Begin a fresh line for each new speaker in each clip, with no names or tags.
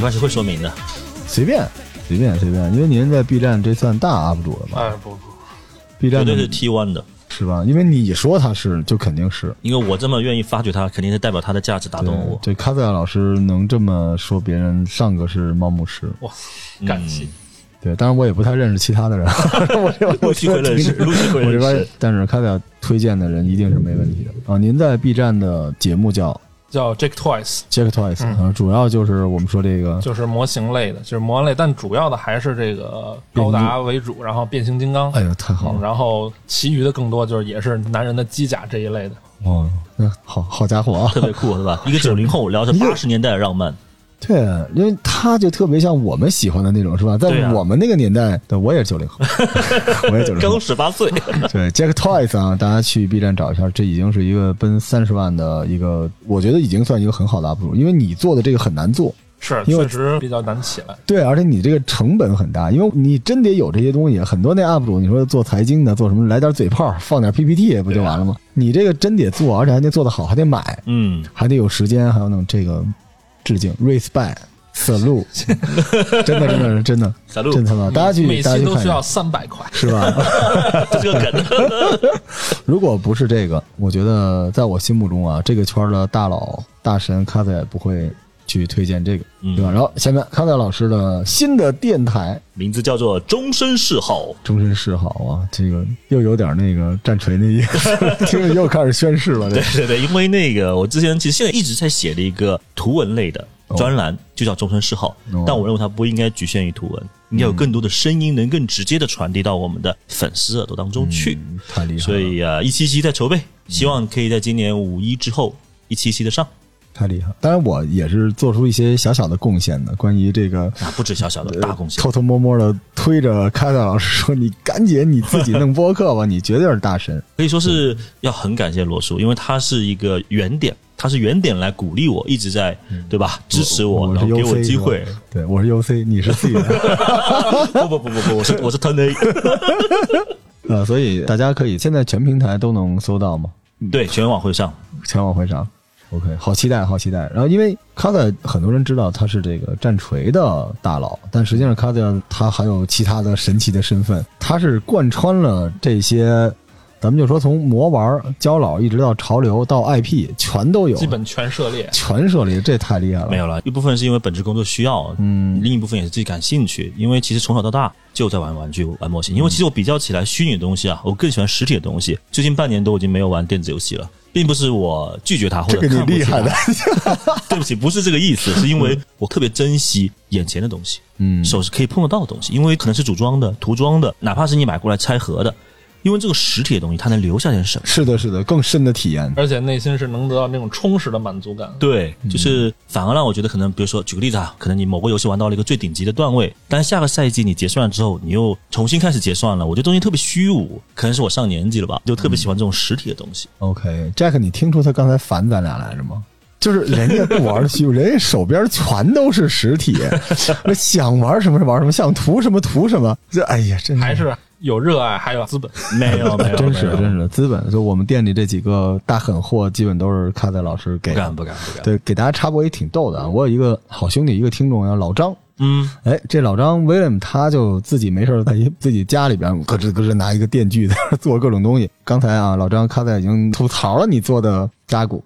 关系，会说明的。
随便随便随便，因为您在 B 站这算大 UP 主了吧
哎，不不，
？B
绝
站的
对是 T one 的，
是吧？因为你说他是，就肯定是。
因为我这么愿意发掘它，肯定是代表它的价值打动了我。
对，卡塞尔老师能这么说别人，上个是猫牧师，
哇，
嗯
感谢。
对，当然我也不太认识其 他的人，我 这
陆续会认识，陆续会
我这
认
边
识。，
但是卡塞尔推荐的人一定是没问题的啊。您在 B 站的节目叫
叫 Jake Twice，
Jack Twice，、啊，主要就是我们说这个
就是模型类的，就是模型类，但主要的还是这个高达为主，然后变形金刚，
哎呦，太好
嗯，
了！
然后其余的更多就是也是男人的机甲这一类的。
哦，那好好家伙啊！
特别酷，对 吧？一个九零后聊着八十年代的浪漫，
对，啊因为他就特别像我们喜欢的那种，是吧？在
对啊
我们那个年代，对我也是九零后， 我也九 零后
刚。十八岁，
对，Jack Toys 啊，大家去 B 站找一下，这已经是一个奔三十万的一个，我觉得已经算一个很好的 UP 主，因为你做的这个很难做，
是，
因为
确实比较难起来。
对，而且你这个成本很大，因为你真得有这些东西。很多那 UP 主，你说做财经的，做什么来点嘴炮，放点 PPT 不就完了吗？你这个真得做，而且还得做得好，还得买，
嗯，
还得有时间，还有那种这个致敬 respect。salute，真的真的真的
Salute
真他妈，大家
嗯每
去大家
期
去
都
看一
需要
下，
三百块。
是吧？
这是个梗。
如果不是这个，我觉得在我心目中啊，这个圈儿的大佬大神卡仔不会去推荐这个，
嗯
对吧？然后下面卡仔老师的新的电台
名字叫做《终身嗜好》，
终身嗜好啊，这个又有点那个战锤那意 思，听着又开始宣誓了。这
对对对，因为那个我之前其实现在一直在写的一个图文类的专栏，就叫《终身嗜好》
哦，
但我认为它不应该局限于图文，应该有更多的声音能更直接的传递到我们的粉丝耳朵当中去。
嗯太厉害了，
所以啊，一期一期在筹备，希望可以在今年五一之后一期一期的上
太厉害了。当然，我也是做出一些小小的贡献的，关于这个
啊，不止小小 的大贡献。
呃偷偷摸摸的推着卡仔老师说：“你赶紧你自己弄播客吧，你绝对是大神。
可以说是要很感谢罗叔，因为他是一个原点，他是原点来鼓励我，一直在对吧支持我，
嗯我
然
是
后
UC，
给我机会
是。吧 对，我是 UC，你是 C 的。
不不不不不，我是我是 Tony，
呃，所以大家可以现在全平台都能搜到吗？
对，全网会上，
全网会上。OK，好期待，好期待。然后因为卡仔很多人知道他是这个战锤的大佬，但实际上卡仔他还有其他的神奇的身份，他是贯穿了这些，咱们就说从魔玩、胶老一直到潮流到 IP，全都有，
基本全涉猎。
全涉猎，这太厉害了。
没有了。一部分是因为本职工作需要，
嗯
另一部分也是自己感兴趣。因为其实从小到大就在玩玩具、玩模型。因为其实我比较起来虚拟的东西啊，我更喜欢实体的东西。最近半年多，已经没有玩电子游戏了。并不是我拒绝它或者
这
看
个你
不起
厉害的
它，，对不起，不是这个意思，是因为我特别珍惜眼前的东西。
嗯
手是可以碰得到的东西，因为可能是组装的、涂装的，哪怕是你买过来拆盒的，因为这个实体的东西它能留下点什么。
是的，是的，更深的体验。
而且内心是能得到那种充实的满足感。
对，就是反而让我觉得，可能比如说举个例子啊，可能你某个游戏玩到了一个最顶级的段位，但下个赛季你结算了之后，你又重新开始结算了，我觉得东西特别虚无，可能是我上年纪了吧，就特别喜欢这种实体的东西。
OK，Jack，、你听出他刚才烦咱俩来着吗？就是人家不玩虚，人家手边全都是实 体，那想玩什么是玩什么，想涂什么涂什么。这哎呀，真
还是有热爱，还有资本。
没 有，没有，
真是
没有
真是资本。就我们店里这几个大狠货，基本都是卡仔老师给
不
的。
敢不敢不敢。
对，给大家插播也挺逗的啊！我有一个好兄弟，一个听众叫老张，
嗯，
哎，这老张 William 他就自己没事儿在一自己家里边咯吱咯吱拿一个电锯在 那儿做各种东西。刚才啊，老张卡仔已经吐槽了你做的扎古，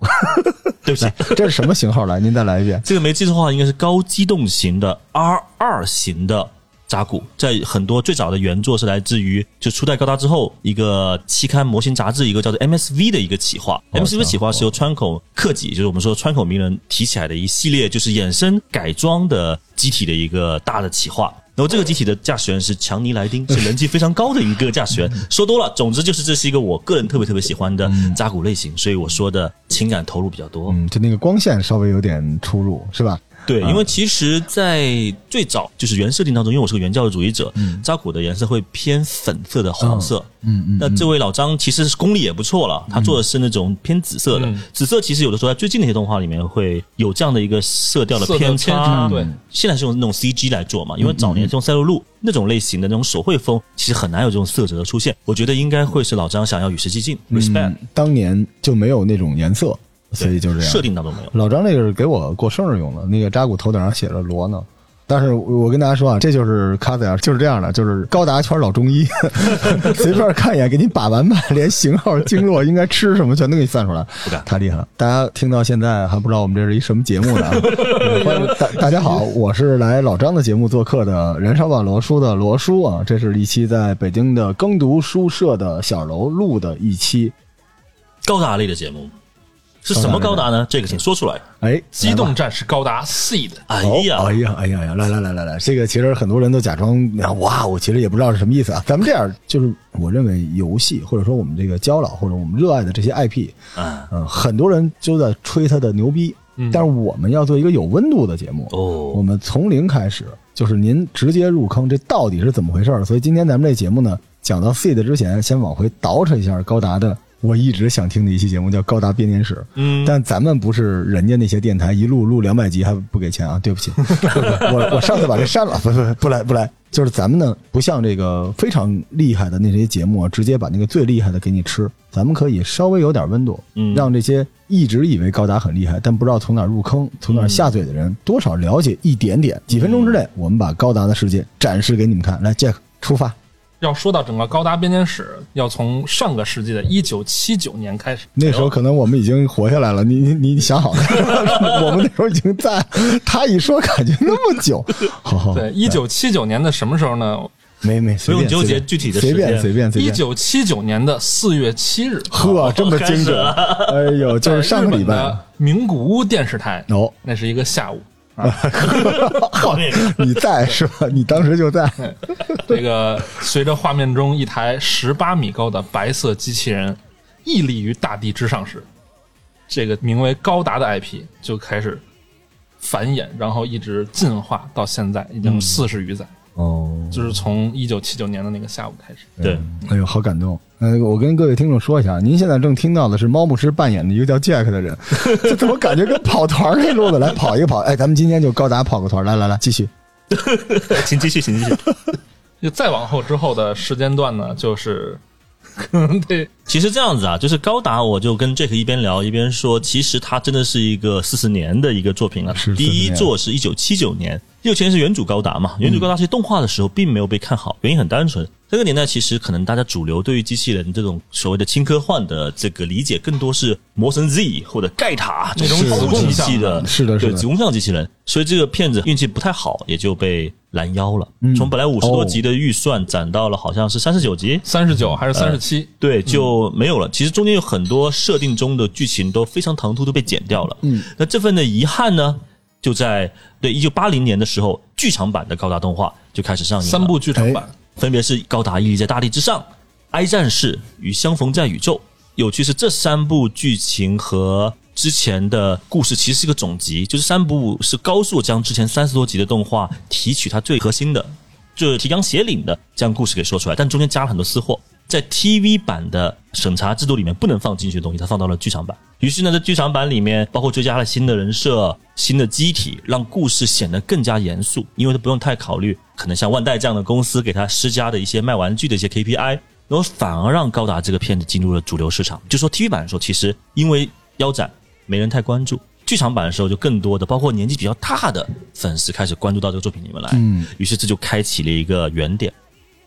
对不起，
这是什么型号？来，您再来一遍。
这个没记错的话，应该是高机动型的 R 二型的扎古，在很多最早的原作是来自于就初代高达之后一个期刊模型杂志，一个叫做 MSV 的一个企划。
哦
MSV 企划是由川口克己，就是我们说川口名人提起来的一系列就是衍生改装的机体的一个大的企划。然后这个机体的驾驶员是强尼莱丁，是人气非常高的一个驾驶员。 说多了，总之就是这是一个我个人特别特别喜欢的扎古类型，所以我说的情感投入比较多。
嗯，就那个光线稍微有点出入，是吧？
对，因为其实，在最早就是原设定当中，因为我是个原教旨主义者，扎古的颜色会偏粉色的黄色。
嗯嗯
那这位老张其实是功力也不错了，他做的是那种偏紫色的，
嗯
紫色其实有的时候在最近的一些动画里面会有这样的一个色调的
色调
偏
偏
差。嗯
差对
现在是用那种 CG 来做嘛，
嗯
因为早年是用赛璐璐那种类型的那种手绘风，其实很难有这种色泽的出现。我觉得应该会是老张想要与时俱进，respect。
嗯当年就没有那种颜色，嗯所以就这样
设。定当中没有。
老张这个是给我过生日用的，那个扎古头顶上写着罗呢。但是我我跟大家说啊，这就是卡斯亚，就是这样的，就是高达圈老中医， 随便看一眼，给你把完脉，连型号、经络应该吃什么，全都给你算出来
不敢。
太厉害了！大家听到现在还不知道我们这是一什么节目呢？嗯欢迎大大家好，我是来老张的节目做客的燃烧吧罗叔的罗叔啊，这是一期在北京的耕读书社的小楼录的一期。
高达类的节目是什么高达呢？这个请说出来。
哎，
机
来吧
动战士高达 Seed，
哎
哦
呀，
哎呀，哎呀哎呀！来来来来来，这个其实很多人都假装啊哇，我其实也不知道是什么意思啊。咱们这样，就是我认为游戏或者说我们这个交老或者我们热爱的这些 IP，
啊
嗯，很多人都在吹它的牛逼，
嗯
但是我们要做一个有温度的节目，我
哦，
们从零开始，就是您直接入坑，这到底是怎么回事儿？所以今天咱们这节目呢，讲到 seed 之前，先往回倒饬一下高达的。我一直想听的一期节目叫《高达编年史》，
嗯，
但咱们不是人家那些电台一录录两百集还不给钱啊，对不起，我我上次把这删了，不不不来不来，就是咱们呢不像这个非常厉害的那些节目啊，直接把那个最厉害的给你吃，咱们可以稍微有点温度，
嗯
让这些一直以为高达很厉害但不知道从哪儿入坑、从哪儿下嘴的人，多少了解一点点。几分钟之内，我们把高达的世界展示给你们看。来，Jack 出发，
要说到整个高达编年史，要从上个世纪的一九七九年开始。
那时
哎
候可能我们已经活下来了，你你你你想好了， 我们那时候已经在。他一说，感觉那么久，好好
对，一九七九年的什么时候呢？
没没
不
随
用
便
纠结
随便
具体的
随便
时间
随便随
一
便。
九七九年的四月七日，
呵，这么
开
精
始
准，
了
哎呦， 就是上个礼拜
在日本的名古屋电视台，
哦，
那是一个下午。
好那个
你在是吧？你当时就在，
这个随着画面中一台十八米高的白色机器人屹立于大地之上时，这个名为高达的 IP 就开始繁衍，然后一直进化到现在，已
嗯
经四十余载，
哦，
就是从一九七九年的那个下午开始。
对，
哎呦，好感动。呃，我跟各位听众说一下，您现在正听到的是猫牧师扮演的一个叫 Jack 的人，这怎么感觉跟跑团儿那路子来跑一个跑？哎，咱们今天就高达跑个团儿，来来来，继续。
请继续，请继续。
就再往后之后的时间段呢，就是 可能得
其实这样子啊，就是高达，我就跟 Jack 一边聊一边说，其实它真的是一个四十年的一个作品了
是。
第
40
一
年嗯
作是一九七九年，六千是原主高达嘛？原主高达是动画的时候并没有被看好，原因很单纯，那个年代其实可能大家主流对于机器人这种所谓的轻科幻的这个理解，更多是魔神 Z 或者盖塔这种
是
超级机器的，
是的是的
对子宫上机器人，所以这个片子运气不太好，也就被拦腰了。从本来五十多
哦
集的预算攒到了好像是三十九集，
三十九还
呃
是三十七？
对，就没有了。其实中间有很多设定中的剧情都非常唐突，都被剪掉了。嗯，那这份的遗憾呢，就在对一九八零年的时候，剧场版的高达动画就开始
嗯
上映了
三部剧场版，
哎
分别是《高达屹立在大地之上》《哀战士》与《相逢在宇宙》。有趣是这三部剧情和之前的故事其实是个总集，就是三部是高速将之前三十多集的动画提取它最核心的，就是提纲挈领的将故事给说出来，但中间加了很多私货。在 TV 版的审查制度里面不能放进去的东西，它放到了剧场版。于是呢，在剧场版里面，包括追加了新的人设、新的机体，让故事显得更加严肃，因为它不用太考虑可能像万代这样的公司给它施加的一些卖玩具的一些 KPI，然后反而让高达这个片子进入了主流市场。就说 TV 版的时候，其实因为腰斩，没人太关注。剧场版的时候，就更多的包括年纪比较大的粉丝开始关注到这个作品里面来，
嗯，
于是这就开启了一个原点。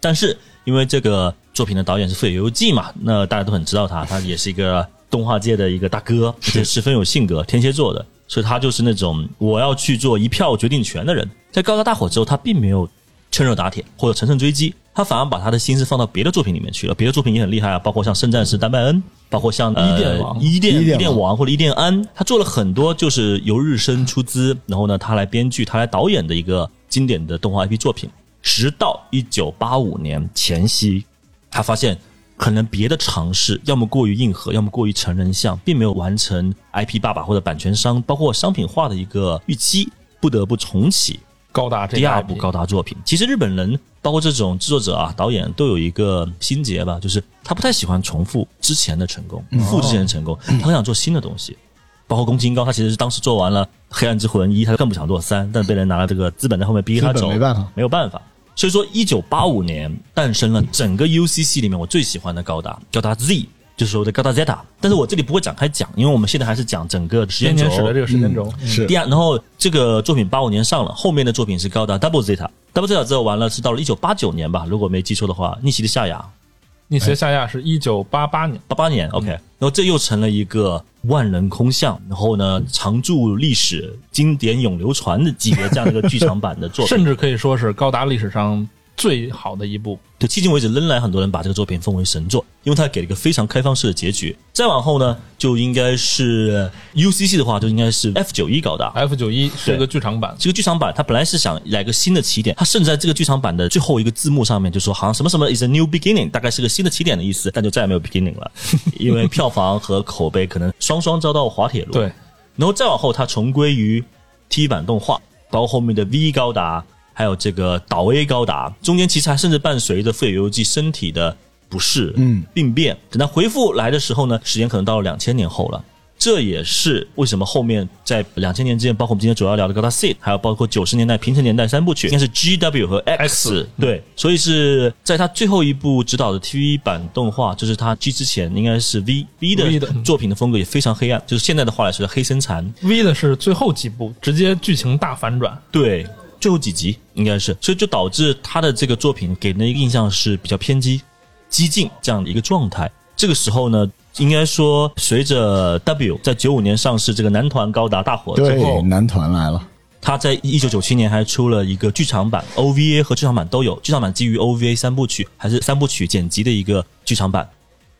但是因为这个作品的导演是富野由悠季嘛，那大家都很知道他，他也是一个动画界的一个大哥，而且十分有性格，天蝎座的，所以他就是那种我要去做一票决定权的人。在高达大火之后，他并没有趁热打铁或者乘胜追击，他反而把他的心思放到别的作品里面去了。别的作品也很厉害啊，包括像《圣战士》丹麦恩，包括像呃
伊甸王
伊甸
伊甸
伊甸
王
王或者伊甸安，他做了很多就是由日升出资，然后呢他来编剧，他来导演的一个经典的动画 IP 作品。直到一九八五年前夕，他发现可能别的尝试要么过于硬核，要么过于成人向，并没有完成 IP 爸爸或者版权商包括商品化的一个预期，不得不重启
高达这
第
个
二
IP
部高达作品。其实日本人包括这种制作者啊、导演都有一个心结吧，就是他不太喜欢重复之前的成功、复制之前的成功，他很想做新的东西。包括宫崎英高，他其实是当时做完了《黑暗之魂一》，他更不想做三，但被人拿了这个资本在后面逼他
资
走，
本没办法
没有办法。所以说，一九八五年诞生了整个 UCC 里面我最喜欢的高达，高达 Z，就是所谓的高达 Zeta。但是我这里不会展开讲，因为我们现在还是讲整个时
编
间轴
年史的这个时间轴，
是
嗯第二，然后这个作品八五年上了，后面的作品是高达 Double Zeta。Double Zeta 之后完了是到了一九八九年吧，如果没记错的话，逆袭的夏亚
逆袭的夏亚是一九八八年，
八八年，OK，、然后这又成了一个万人空巷，然后呢常驻历史、经典永流传的级别这样的一个剧场版的
哎
作品，
甚至可以说 是高达历史上最好的一部。
就迄今为止，仍然很多人把这个作品奉为神作，因为它给了一个非常开放式的结局。再往后呢，就应该是 UCC 的话，就应该是 F 九一高达。
F 九一是一个剧场版，
这个剧场版它本来是想来个新的起点，它甚至在这个剧场版的最后一个字幕上面就说好像什么什么 is a new beginning，大概是个新的起点的意思，但就再也没有 beginning 了，因为票房和口碑可能双双遭到滑铁卢。
对，
然后再往后，它重归于 T 版动画，包括后面的 V 高达，还有这个岛 A 高达，中间其实还甚至伴随着富野由纪身体的不适、
嗯
病变。等它恢复来的时候呢，时间可能到了两千年后了。这也是为什么后面在两千年之间，包括我们今天主要聊的高达 C，还有包括九十年代平成年代三部曲，应该是 G W 和 X，,
X
对，所以是在他最后一部执导的 TV 版动画，就是他 G 之前应该是 V V 的
V 的
作品的风格也非常黑暗，就是现在的话来说叫黑森残，
V 的是最后几部，直接剧情大反转。
对，最后几集应该是，所以就导致他的这个作品给人的印象是比较偏激、激进这样的一个状态。这个时候呢，应该说随着 W 在九五年上市这个男团高达大火之
对，
后，
男团来了，
他在一九九七年还出了一个剧场版 OVA 和剧场版都有，剧场版基于 OVA 三部曲还是三部曲剪辑的一个剧场版，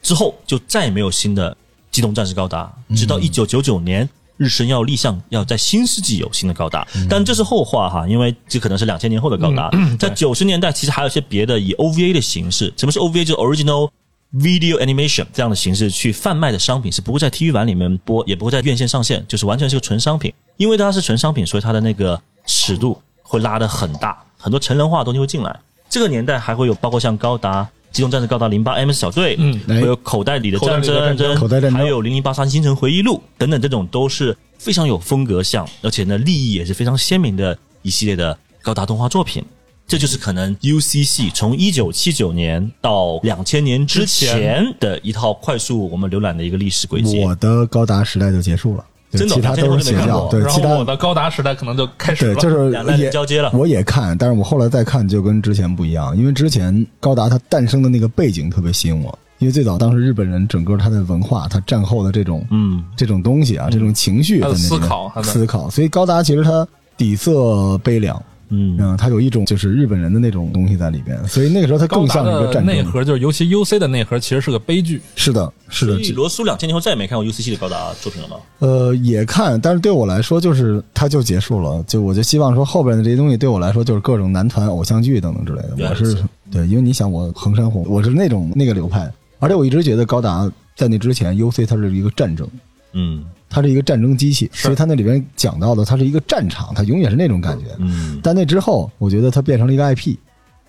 之后就再也没有新的机动战士高达，直到一九九九年。日升要立项，要在新世纪有新的高达，但这是后话哈，因为这可能是两千年后的高达。在九十年代，其实还有一些别的以 OVA 的形式，什么是 OVA？就是 Original Video Animation 这样的形式去贩卖的商品，是不会在体育版里面播，也不会在院线上线，就是完全是个纯商品。因为它是纯商品，所以它的那个尺度会拉得很大，很多成人化的东西会进来。这个年代还会有包括像高达、机动战士高达零八 MS 小队，
嗯
会有口袋里的战
口袋里的
争，
战争
口袋战争
还有零零八三星辰回忆录等等，这种都是非常有风格像，而且呢利益也是非常鲜明的一系列的高达动画作品。这就是可能 UCC 从一九七九年到两千年之
之
前的一套快速我们浏览的一个历史轨迹。
我的高达时代就结束了，对
真的
其他都是
我之
邪
前都没看
教，
过
对，
然
其
后我
他
的高达时代可能就开
对
始了，
就是
两代
也
人交接了
我也看，但是我后来再看就跟之前不一样，因为之前高达它诞生的那个背景特别吸引我，因为最早当时日本人整个他的文化，他战后的这种
嗯，
这种东西啊，这种情绪
他
和
的
那
思
个
考他的
思考，所以高达其实它底色悲凉，
嗯
嗯，它有一种就是日本人的那种东西在里边，所以那个时候它
高
更
达
像一个
的
战
内
争。
核就是，尤其 UC 的内核其实是个悲剧。
是的，是
所
的，
以罗素两千年后再也没看过 UCC 的高达作品了吗？
呃，也看，但是对我来说，就是它就结束了。就我就希望说，后边的这些东西对我来说，就是各种男团、偶像剧等等之类的。
原
我
来如
是
此
对，因为你想，我横山红，我是那种那个流派，而且我一直觉得高达在那之前，UC 它是一个战争，
嗯
它是一个战争机器，
是
所以它那里边讲到的，它是一个战场，它永远是那种感觉。
嗯
但那之后，我觉得它变成了一个 IP，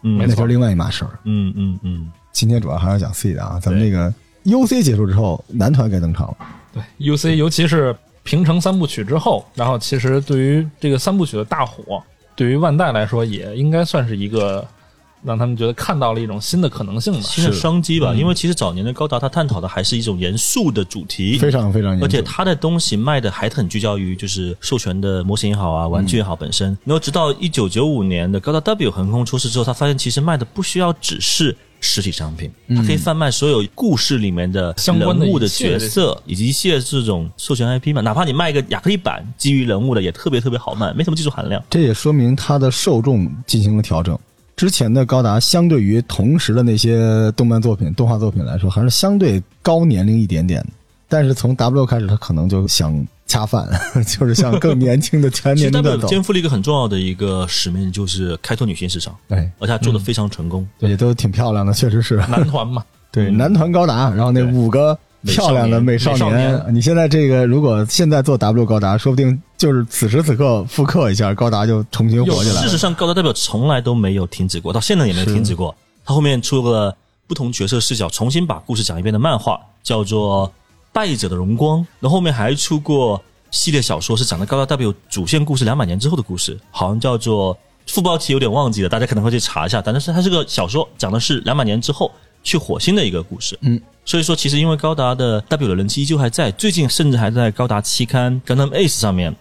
嗯，
那
没
就
错，
是另外一码事儿。
嗯嗯嗯，
今天主要还是讲 C 的啊，咱们
对
这个 UC 结束之后，男团该登场了。
对 UC，尤其是平成三部曲之后，然后其实对于这个三部曲的大火，对于万代来说也应该算是一个让他们觉得看到了一种新的可能性吧。
新的商机吧，
嗯
因为其实早年的高达它探讨的还是一种严肃的主题，
非常非常严
而且
肃
它的东西卖的还很聚焦于就是授权的模型也好啊，玩具也好本身。然后直到一九九五年的高达 W 横空出世之后，他发现其实卖的不需要只是实体商品，它可以贩卖所有故事里面嗯的
相关的
人物
一
角
切的
色以及一切这种授权 IP 嘛，哪怕你卖一个亚克力板基于人物的，也特别特别好卖，没什么技术含量。
这也说明它的受众进行了调整。之前的高达相对于同时的那些动漫作品、动画作品来说，还是相对高年龄一点点的。但是从 W 开始，他可能就想恰饭， 就是想更年轻的全
其实
年龄段
W
走。
肩负了一个很重要的一个使命，就是开拓女性市场，
哎，
而且它做的非常成功。
对，也都挺漂亮的，确实是。
男团嘛，
对，
嗯
男团高达，然后那
对
五个
美少
漂亮的
年
美少
美少
年，你现在这个如果现在做 W 高达，说不定就是此时此刻复刻一下，高达就重新火起来
事
了。
实上，高达代表从来都没有停止过，到现在也没有停止过。他后面出了不同角色视角，重新把故事讲一遍的漫画，叫做《败者的荣光》，然后后面还出过系列小说，是讲的高达 W 主线故事两百年之后的故事，好像叫做副标题有点忘记了，大家可能会去查一下。但是它是个小说，讲的是两百年之后去火星的一个故事。
嗯，
所以说，其实因为高达的 W 的人气依旧还在，最近甚至还在高达期刊《Gundam Ace》上面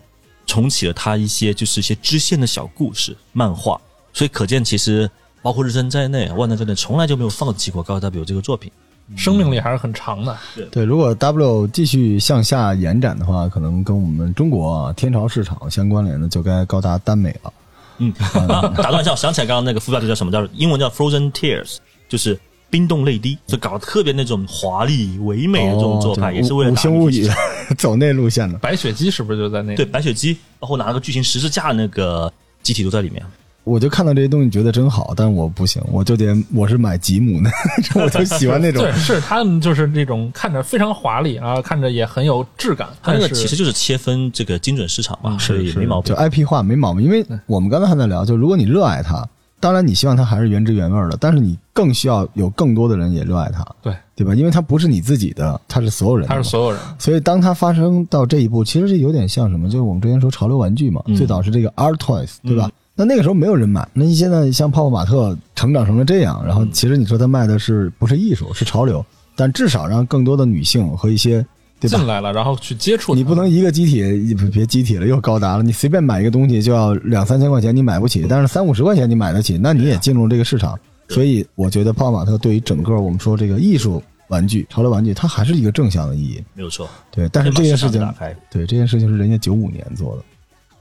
重启了他一些就是一些支线的小故事漫画，所以可见其实包括日升在内，万能在内从来就没有放弃过高达 W 这个作品。
生命力还是很长的。
对，如果 W 继续向下延展的话，可能跟我们中国啊天朝市场相关联的就该高达耽美了。
嗯，啊打断一下，我想起来刚刚那个副标题叫什么？叫英文叫 Frozen Tears，就是冰冻泪滴，就搞得特别那种华丽唯美的这种做法，
哦
也是为了
五
打
星
迷
物
之
语 走那路线的。
白雪姬是不是就在那？
对，白雪姬，包括拿了个巨型十字架那个机体都在里面。啊
我就看到这些东西觉得真好，但我不行，我就得我是买吉姆的， 我就喜欢那种
对，是他们就是这种看着非常华丽啊，看着也很有质感，
它那
但
个
是嗯
其实就是切分这个精准市场嘛，所以没毛病
就。IP 化没毛病。因为我们刚才还在聊，就如果你热爱它，当然你希望它还是原汁原味儿的，但是你更需要有更多的人也热爱它，
对，
对吧？因为它不是你自己的，它是所有人的
他
嘛，
是所有人。
所以当它发生到这一步，其实是有点像什么？就是我们之前说潮流玩具嘛，
嗯
最早是这个 Art Toys，对吧？那那个时候没有人买，那你现在像泡泡玛特成长成了这样，然后其实你说它卖的是不是艺术，是潮流，但至少让更多的女性和一些对吧
进来了，然后去接触
你不能一个机体，你别别机体了，又高达了。你随便买一个东西就要两三千块钱，你买不起，但是三五十块钱你买得起，那你也进入这个市场。所以我觉得泡泡玛特对于整个我们说这个艺术玩具、潮流玩具，它还是一个正向的意义。
没有错，
对，但是这件事
可以把市场打，
情
开，
对这件事情是人家九五年做的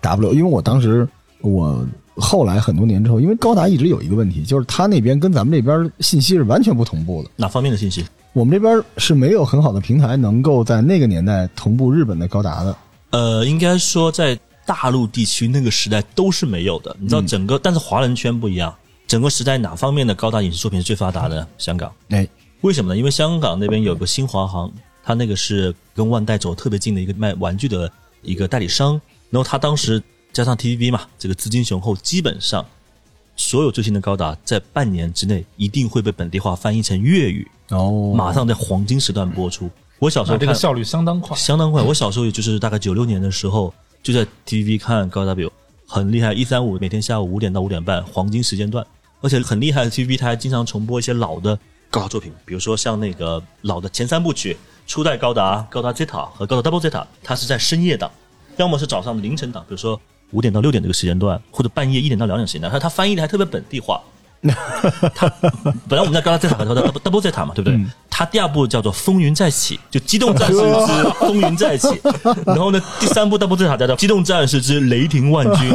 W，因为我当时我后来很多年之后，因为高达一直有一个问题，就是它那边跟咱们这边信息是完全不同步的。
哪方面的信息？
我们这边是没有很好的平台能够在那个年代同步日本的高达的。
呃，应该说在大陆地区那个时代都是没有的。你
嗯
知道整个，但是华人圈不一样，整个时代哪方面的高达影视作品是最发达的？香港。
哎，
为什么呢？因为香港那边有个新华行，它那个是跟万代走特别近的一个卖玩具的一个代理商。然后他当时加上 TVB 嘛，这个资金雄厚，基本上所有最新的高达在半年之内一定会被本地化翻译成粤语，
哦
马上在黄金时段播出。我小时
啊
候
这
看、
个效率相当快。
相当快，我小时候也就是大概九六年的时候就在 TVB 看高 W，很厉害，一三五每天下午五点到五点半黄金时间段，而且很厉害的 TVB 它还经常重播一些老的高达作品，比如说像那个老的前三部曲，初代高达、高达 Zeta 和高达 Double Zeta，它是在深夜档，要么是早上的凌晨档，比如说五点到六点这个时间段，或者半夜一点到两点时间段，它它翻译的还特别本地化。它本来我们在高达 Zeta 和高达 Double Zeta 嘛，对不对？
嗯
它第二部叫做《风云再起》，就《机动战士 之风云再起》，然后呢，第三部 Double Zeta 叫做《机动战士之雷霆万 钧》，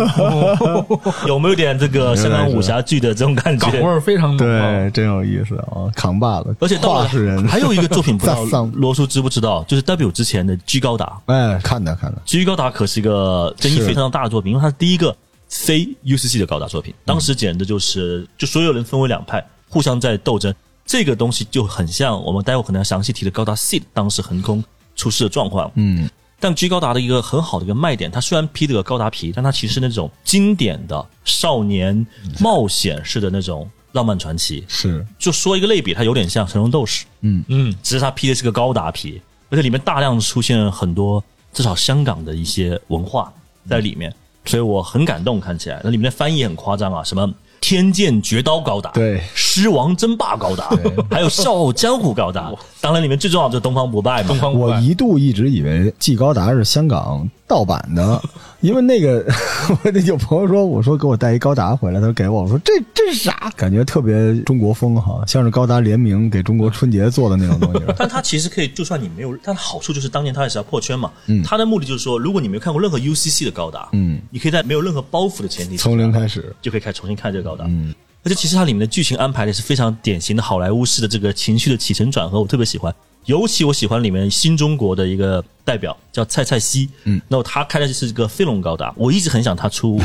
有没有点这个香港武侠剧的这种感
港
觉？
味儿非常浓
对
啊，，
真有意思啊！扛把子，
而且到
话
了
事人，
还有一个作品，不知道
在丧
罗叔知不知道，就是 W 之前的《G 高达》，
哎，看的看的，
《G 高达》可是一个争议非常大的作品，因为它是第一个 C UCC 的高达作品，当时简直就是就所有人分为两派，互相在斗争。这个东西就很像我们待会可能要详细提的高达 C 当时横空出世的状况。
嗯，
但 G 高达的一个很好的一个卖点，它虽然披着个高达皮，但它其实是那种经典的少年冒险式的那种浪漫传奇。
是
就说一个类比，它有点像《神龙斗士》，
嗯，
只是它披的是个高达皮，而且里面大量出现了很多至少香港的一些文化在里
嗯
面，所以我很感动。看起来那里面的翻译很夸张啊，什么天剑绝刀高达，
对
狮王争霸高达， 还有笑傲江湖高 达。当然，里面最重要的就是东方不败嘛
东。方不
我
败
一度一直以为 G 高达是香港盗版的， 因为那个 我那有朋友说，我说给我带一高达回来，他说给我，我说这这是啥？感觉特别中国风哈，像是高达联名给中国春节做的那种东西。
但它其实可以，就算你没有，但好处就是当年它也是要破圈嘛。
嗯
它的目的就是说，如果你没有看过任何 UCC 的高达，
嗯，
你可以在没有任何包袱的前提之下
从零开始，
就可以开始重新看这个高达。
嗯
而且其实它里面的剧情安排的是非常典型的好莱坞式的这个情绪的起承转合，我特别喜欢。尤其我喜欢里面新中国的一个代表叫蔡蔡西，嗯，然后他开的是这个飞龙高达，我一直很想他 出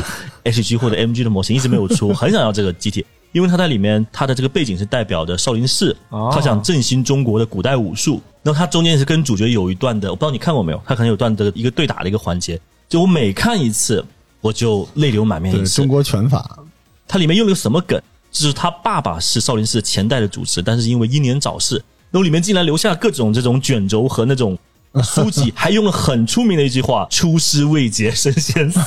HG 或者 MG 的模型，一直没有出，很想要这个机体，因为他在里面他的这个背景是代表着少林寺，
哦
他想振兴中国的古代武术。然后他中间是跟主角有一段的，我不知道你看过没有，他可能有段的一个对打的一个环节，就我每看一次我就泪流满面
对
一次
中。国拳法，
它里面用了个什么梗？就是他爸爸是少林寺前代的主持，但是因为英年早逝，然后里面竟然留下各种这种卷轴和那 种书籍，还用了很出名的一句话：“出师未 捷身先死。”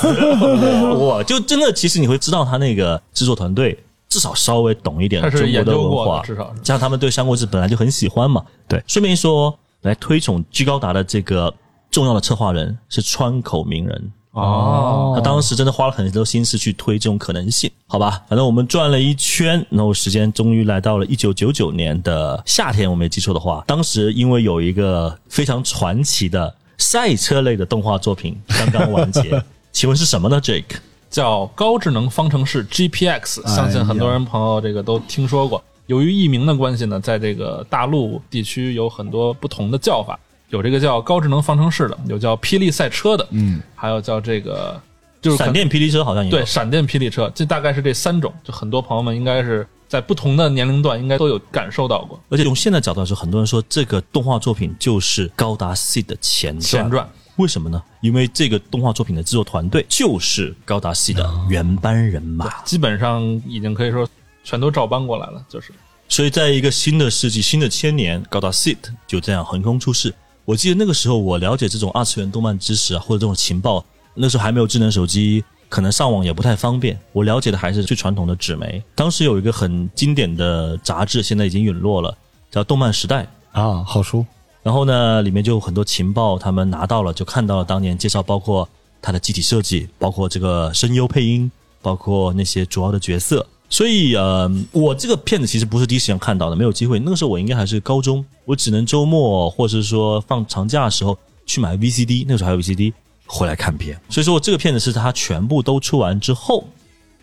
哇，就真的，其实你会知道他那个制作团队。至少稍微懂一点
他是
中国
研
的
究过
文
的
化，
至少是
加上他们对《三国志》本来就很喜欢嘛。对，顺便一说，来推崇居高达的这个重要的策划人是川口明人。
哦，
啊他当时真的花了很多心思去推这种可能性，好吧？反正我们转了一圈，然后时间终于来到了一九九九年的夏天，我没记错的话，当时因为有一个非常传奇的赛车类的动画作品刚刚完 结，请问是什么呢，Jake？
叫高智能方程式 GPX，
哎呀
相信很多人朋友这个都听说过。由于译名的关系呢，在这个大陆地区有很多不同的叫法，有这个叫高智能方程式的，有叫霹雳赛车的，
嗯，
还有叫这个就是可
闪
能
电霹雳车好像也有
对，闪电霹雳车，这大概是这三种，就很多朋友们应该是在不同的年龄段应该都有感受到过
而且用现在角度来说，很多人说这个动画作品就是《高达 C》的前传。
前传。
为什么呢？因为这个动画作品的制作团队就是《高达 C》的
哦
原班人马。
基本上已经可以说全都照搬过来了，就是
所以，在一个新的世纪、新的千年，高达 Seed 就这样横空出世。我记得那个时候，我了解这种二次元动漫知识啊，或者这种情报，那时候还没有智能手机，可能上网也不太方便。我了解的还是最传统的纸媒。当时有一个很经典的杂志，现在已经陨落了，叫《动漫时代》。
啊，好书，
然后呢，里面就有很多情报，他们拿到了，就看到了当年介绍，包括它的机体设计，包括这个声优配音，包括那些主要的角色。所以，呃，我这个片子其实不是第一时间看到的，没有机会。那个时候我应该还是高中，我只能周末或是说放长假的时候去买 VCD，那个时候还有 VCD 回来看片。所以说我这个片子是它全部都出完之后，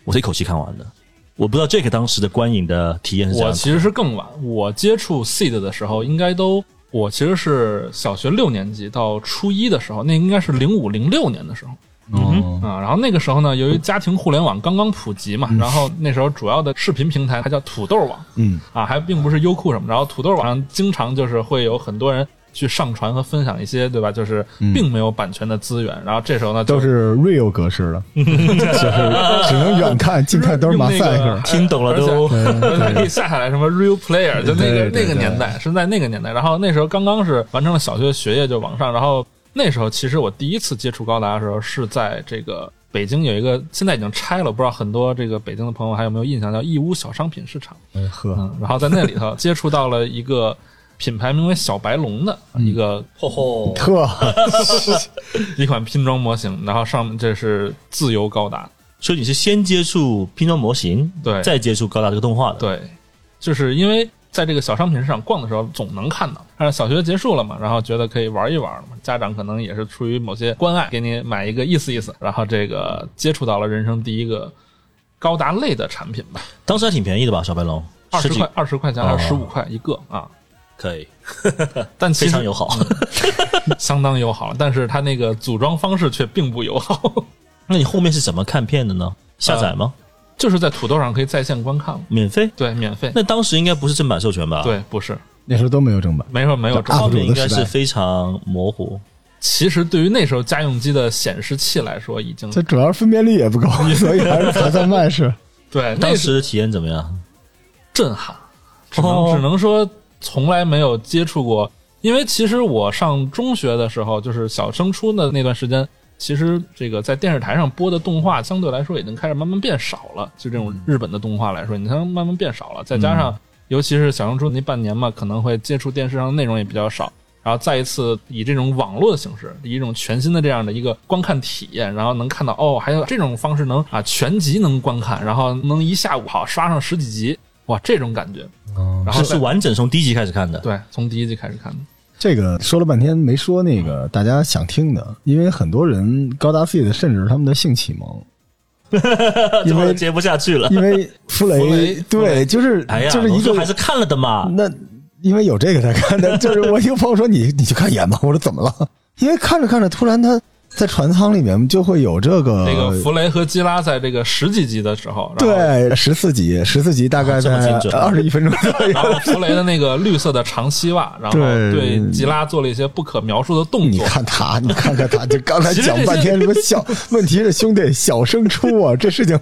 我是一口气看完的。我不知道 Jake 当时的观影的体验是怎
我
样的。
其实是更晚，我接触 seed 的时候，应该都我其实是小学六年级到初一的时候，那应该是零五零六年的时候
嗯
啊。然后那个时候呢，由于家庭互联网刚刚普及嘛，然后那时候主要的视频平台还叫土豆网
嗯，
啊，还并不是优酷什么。然后土豆网上经常就是会有很多人。去上传和分享一些，对吧？就是并没有版权的资源，然后这时候呢，
嗯
就
都是 real 格式 的，就是只能远看，近看都是马赛
用那个
克。
听懂了都
而且而且还可以下下来什么 Real Player，就那个
对对对
那个年代是在那个年代。然后那时候刚刚是完成了小学学业就往上，然后那时候其实我第一次接触高达的时候是在这个北京有一个现在已经拆了，不知道很多这个北京的朋友还有没有印象，叫义乌小商品市场。
哎呵，
嗯，然后在那里 头接触到了一个品牌名为小白龙的
嗯
一个
吼吼
特
一款拼装模型，然后上面这是自由高达，
所以你是先接触拼装模型，
对
再接触高达这个动画的。，
哎对，就是因为在这个小商品市场逛的时候，总能看到。但是小学结束了嘛，然后觉得可以玩一玩嘛，家长可能也是出于某些关爱，给你买一个意思意思。然后这个接触到了人生第一个高达类的产品吧，
当时还挺便宜的吧，小白龙，
二十
几
块，二十块钱
哦
还是十五块一个啊？
可以，
但其
非
实嗯
常友好。
相当友好，但是它那个组装方式却并不友好，
那你后面是怎么看片的呢？下载吗？
呃就是在土豆上可以在线观看嘛，
免费？
对，免费。
那当时应该不是正版授权吧？，
对，不是，
那时候都没有正版，
没有没有
这
中
画
啊
面应该
主流的时
是
代
非常模糊。
其实对于那时候家用机的显示器来说，已经
这主要是分辨率也不 够，所以还是盘算卖是。
对那
当
时
时体验怎么样？
震撼，只能、
哦
只能说从来没有接触过。因为其实我上中学的时候，就是小升初的那段时间，其实这个在电视台上播的动画相对来说已经开始慢慢变少了。就这
嗯
种日本的动画来说，你像慢慢变少了，再加上尤其是小升初那半年嘛，可能会接触电视上的内容也比较少。然后再一次以这种网络的形式，以一种全新的这样的一个观看体验，然后能看到哦，还有这种方式能啊全集能观看，然后能一下午好刷上十几集，哇，这种感觉。然后
嗯是
再
完整从第一集开始看的。
对，从第一季开始看的。
这个说了半天没说那个大家想听的，因为很多人高达 C 的甚至是他们的性启蒙，
最
因
后
为
接不下去了。
因为弗
弗
雷
雷弗
对，就是
哎呀，
就是
龙
一
珠
个
还是看了的嘛。
那因为有这个才看的，就是我一个朋友说你你去看一眼吧，我说怎么了？因为看着看着，突然他在船舱里面就会有这个
这个
呃
弗雷和基拉在这个十几集的时候，然后，
对十四集，十四集大概
啊这么
在
精准
二十一分钟左右
然。后 弗雷的那个绿色的长膝袜，然后
对
对吉拉做了一些不可描述的动
你
作。
看他，你看看他，就刚才
其实
讲半天什么小问题是兄弟小升初啊，这事情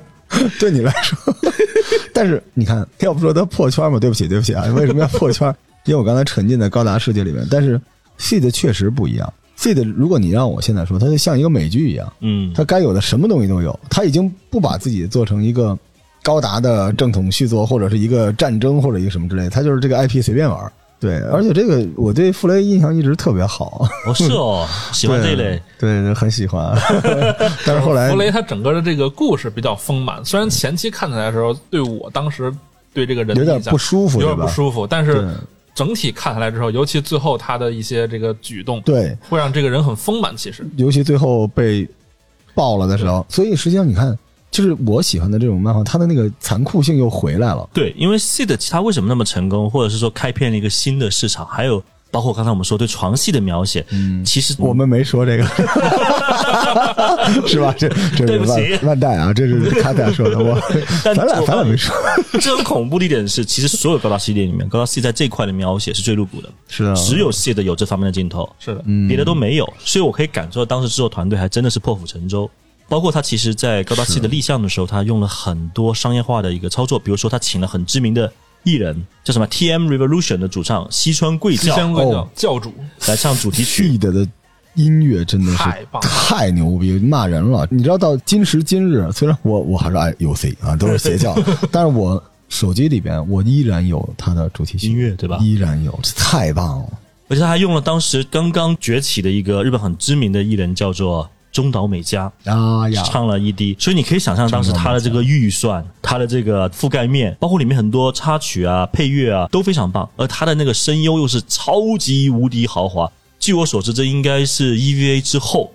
对你来说， 但是你看，要不说他破圈嘛，对不起，对不起啊，为什么要破圈？因为我刚才沉浸在高达世界里面，但是 seed 确实不一样。seed 如果你让我现在说，它就像一个美剧一样，
嗯，
它该有的什么东西都有，它已经不把自己做成一个高达的正统续作，或者是一个战争，或者一个什么之类的，它就是这个 IP 随便玩儿。对，而且这个我对傅雷印象一直特别好，
哦，是哦，喜欢这一类。
嗯对，啊对，很 喜欢。但是后来
弗雷他整个的这个故事比较丰满，虽然前期看起来的时候，对我当时对这个人的
有点
印象
不舒服，
有
对
点
吧
不？舒服，但
对
是整体看下来之后，尤其最后他的一些这个举动，
对，
会让这个人很丰满。其实，
尤其最后被爆了的时
嗯
候，所以实际上你看，就是我喜欢的这种漫画，它的那个残酷性又回来了。
对，因为 Seed 它为什么那么成功，或者是说开遍了一个新的市场，还有包括刚才我们说对床戏的描写，嗯，其实
我们没 说这个，是吧？这这
对
是
不
万
起
万代啊，这是卡仔说的，我
但
咱俩
我
咱俩没说，
这很恐怖的一点是，其实所有高达系列里面，高达系在这块的描写是最露骨的，
是啊的
只有 Seed 有这方面的镜头，
是
嗯
的，
别的都没有，所以我可以感受到当时制作团队还真的是破釜沉舟。包括他其实，在高达系的立项的时候，他用了很多商业化的一个操作，比如说他请了很知名的艺人，叫什么 T.M. Revolution 的主唱西川贵
西
教
乡贵教
哦
教主
来唱主题曲。
Seed 的音乐真的是
太棒了
太牛逼，骂人了。你知道到今时今日，虽然我我还是爱 UC 啊，都是邪教，但是我手机里边我依然有它的主题曲
音乐对吧
依然有，这太棒了。
而且他还用了当时刚刚崛起的一个日本很知名的艺人，叫做中岛美嘉，
啊呀，
唱了 ED，所以你可以想象当时他的这个预算、他的这个覆盖面，包括里面很多插曲啊、配乐啊都非常棒，而他的那个声优又是超级无敌豪华。据我所知，这应该是 EVA 之后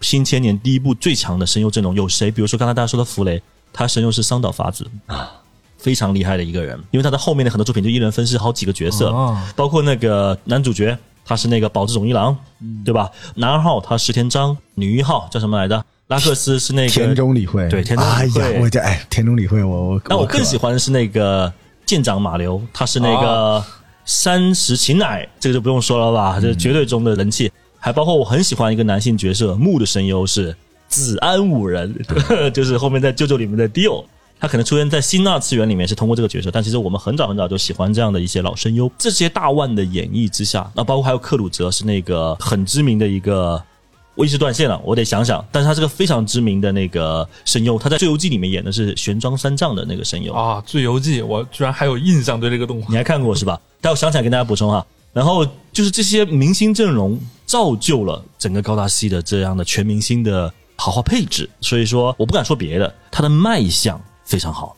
新千年第一部最强的声优阵容。有谁？比如说刚才大家说的弗雷，他声优是桑岛法子啊。非常厉害的一个人，因为他在后面的很多作品就一人分饰好几个角色，
哦
包括那个男主角他是那个宝之总一郎，
嗯
对吧？男二号他石田章，女一号叫什么来着？拉克斯是那个
田中理惠，
对田中
哎
理惠
呀，我这哎，田中理惠，我我
那我
可爱
更喜欢的是那个舰长马流，他是那
哦
个三十琴乃，这个就不用说了吧，这绝对中的人气。还包括我很喜欢一个男性角色木的声优是子安五人， 就是后面在《舅舅》里面的 Dio。他可能出现在新二次元里面是通过这个角色，但其实我们很早很早就喜欢这样的一些老声优。这些大腕的演绎之下，那包括还有克鲁泽是那个很知名的一个我一时断线了，我得想想。但是他是个非常知名的那个声优，他在《最游记》里面演的是玄奘三藏的那个声优，
啊，《醉游记》，我居然还有印象对这个动画
你还看过是吧？待会想起来跟大家补充哈。然后就是这些明星阵容造就了整个高达系的这样的全明星的豪华配置，所以说我不敢说别的，它的卖相非常好。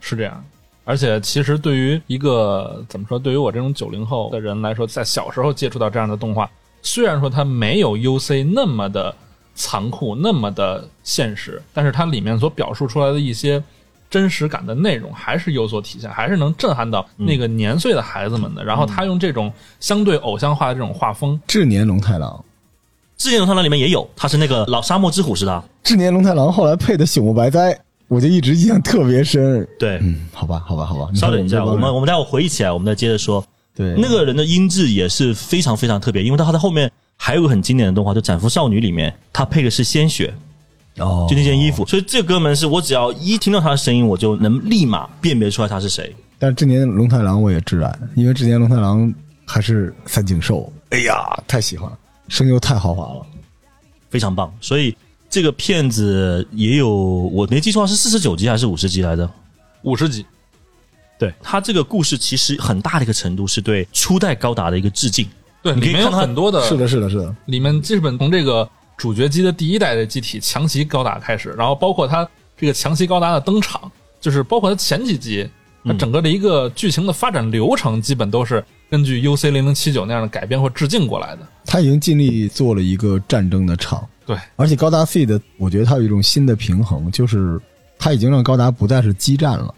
是这样。而且，其实对于一个怎么说，对于我这种九零后的人来说，在小时候接触到这样的动画，虽然说它没有 UC 那么的残酷，那么的现实，但是它里面所表述出来的一些真实感的内容还是有所体现，还是能震撼到
嗯
那个年岁的孩子们的。然后，他用这种相对偶像化的这种画风，
志年龙太郎，
之前《龙太郎》里面也有，他是那个老沙漠之虎是他，
志年龙太郎后来配的朽木白哉，我就一直印象特别深。
对。
嗯，好吧，好吧，好吧，你看
稍等一下，
我
嗯我
这帮人
们我们待会回忆起来，我们再接着说。
对
那个人的音质也是非常非常特别，因为他他后面还有个很经典的动画，就《斩服少女》里面，他配的是鲜血，
哦，
就那件衣服，所以这哥们是我只要一听到他的声音，我就能立马辨别出来他是谁。
但是志年龙太郎我也挚爱，因为志年龙太郎还是三井寿，哎呀，太喜欢了，声优太豪华了。
非常棒。所以这个片子也有，我没记错是四十九集还是五十集来着？
五十集
对，它这个故事其实很大的一个程度是对初代高达的一个致敬。
对，
你可以
里面有
看它
很多的
是的，是的，是的，
里面基本从这个主角机的第一代的机体强袭高达开始，然后包括它这个强袭高达的登场，就是包括它前几集，它整个的一个剧情的发展流程，基本都是根据 UC 零零七九那样的改编或致敬过来的。
他已经尽力做了一个战争的场，
对，
而且高达 C 的，我觉得它有一种新的平衡，就是它已经让高达不再是激战了。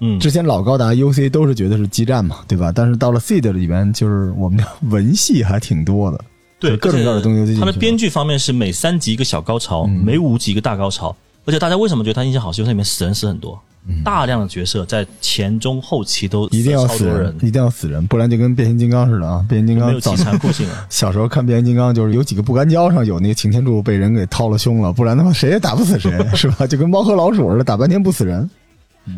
嗯，
之前老高达 UC 都是觉得是激战嘛，对吧？但是到了 C 的里边，就是我们的文戏还挺多的，
对
就各种各样的东西都进去
它
了。嗯
的编剧方面是每三集一个小高潮，每五集一个大高潮。而且大家为什么觉得它印象好？是因为它里面死人死很多，大量的角色在前中后期都
嗯一定要
超
死
多
人
人，，
一定要死人，不然就跟变形金刚似的啊！变形金
没
刚
有
早
其残 酷性了。
小时候看变形金刚，就是有几个不干胶上有那个擎天柱被人给掏了胸了，不然他妈谁也打不死谁，是吧？就跟猫和老鼠似的，打半天不死 人。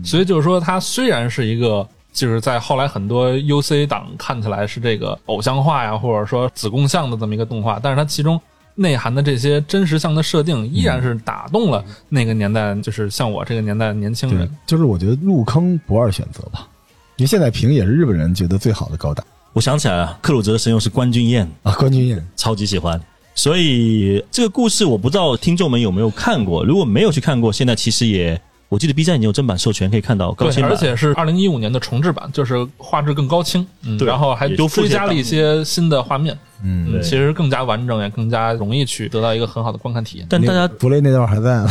所以就是说，它虽然是一个。就是在后来很多 UC 党看起来是这个偶像化呀，或者说子供像的这么一个动画，但是它其中内涵的这些真实向的设定，依然是打动了那个年代，就是像我这个年代的年轻
对
人。，
就是我觉得入坑不二选择吧，因为现在评也是日本人觉得最好的高达
我想起来了，克鲁泽的声优是关君彦，
啊，关君彦
超级喜欢。所以这个故事我不知道听众们有没有看过，如果没有去看过，现在其实也，我记得 B 站已经有正版授权可以看到高
对，
清版，
而且是二零一五年的重制版，就是画质更高清，嗯，
对
然后还
也
多
复
追
现
加了一些新的画面，
嗯
对
嗯，其实更加完整，也更加容易去得到一个很好的观看体验。
但大家呃
弗雷那段还在 吗？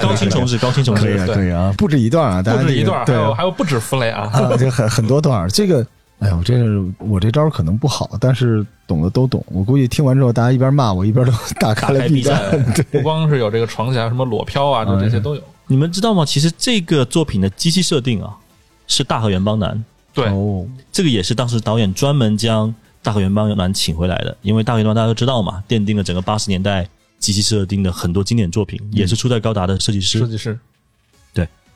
高清重置，高清重
可以啊，
置，
对
可以啊，不止一段啊，大
不
家
止
这
一
个
段，还
对啊
有还有不止弗雷啊，
啊，这很很多段儿。这个，哎呦，这是我这招儿可能不好，但是懂的都懂。我估计听完之后，大家一边骂我一边都 打开
打
了
开
B
B 站
站。对，
不光是有这个床侠，什么裸漂啊，就这些都有。
你们知道吗？其实这个作品的机器设定啊，是大和原邦男，
对，
哦，
这个也是当时导演专门将大和原邦男请回来的，因为大和原邦大家都知道嘛，奠定了整个八十年代机器设定的很多经典作品，也是初代高达的设计师
设。计师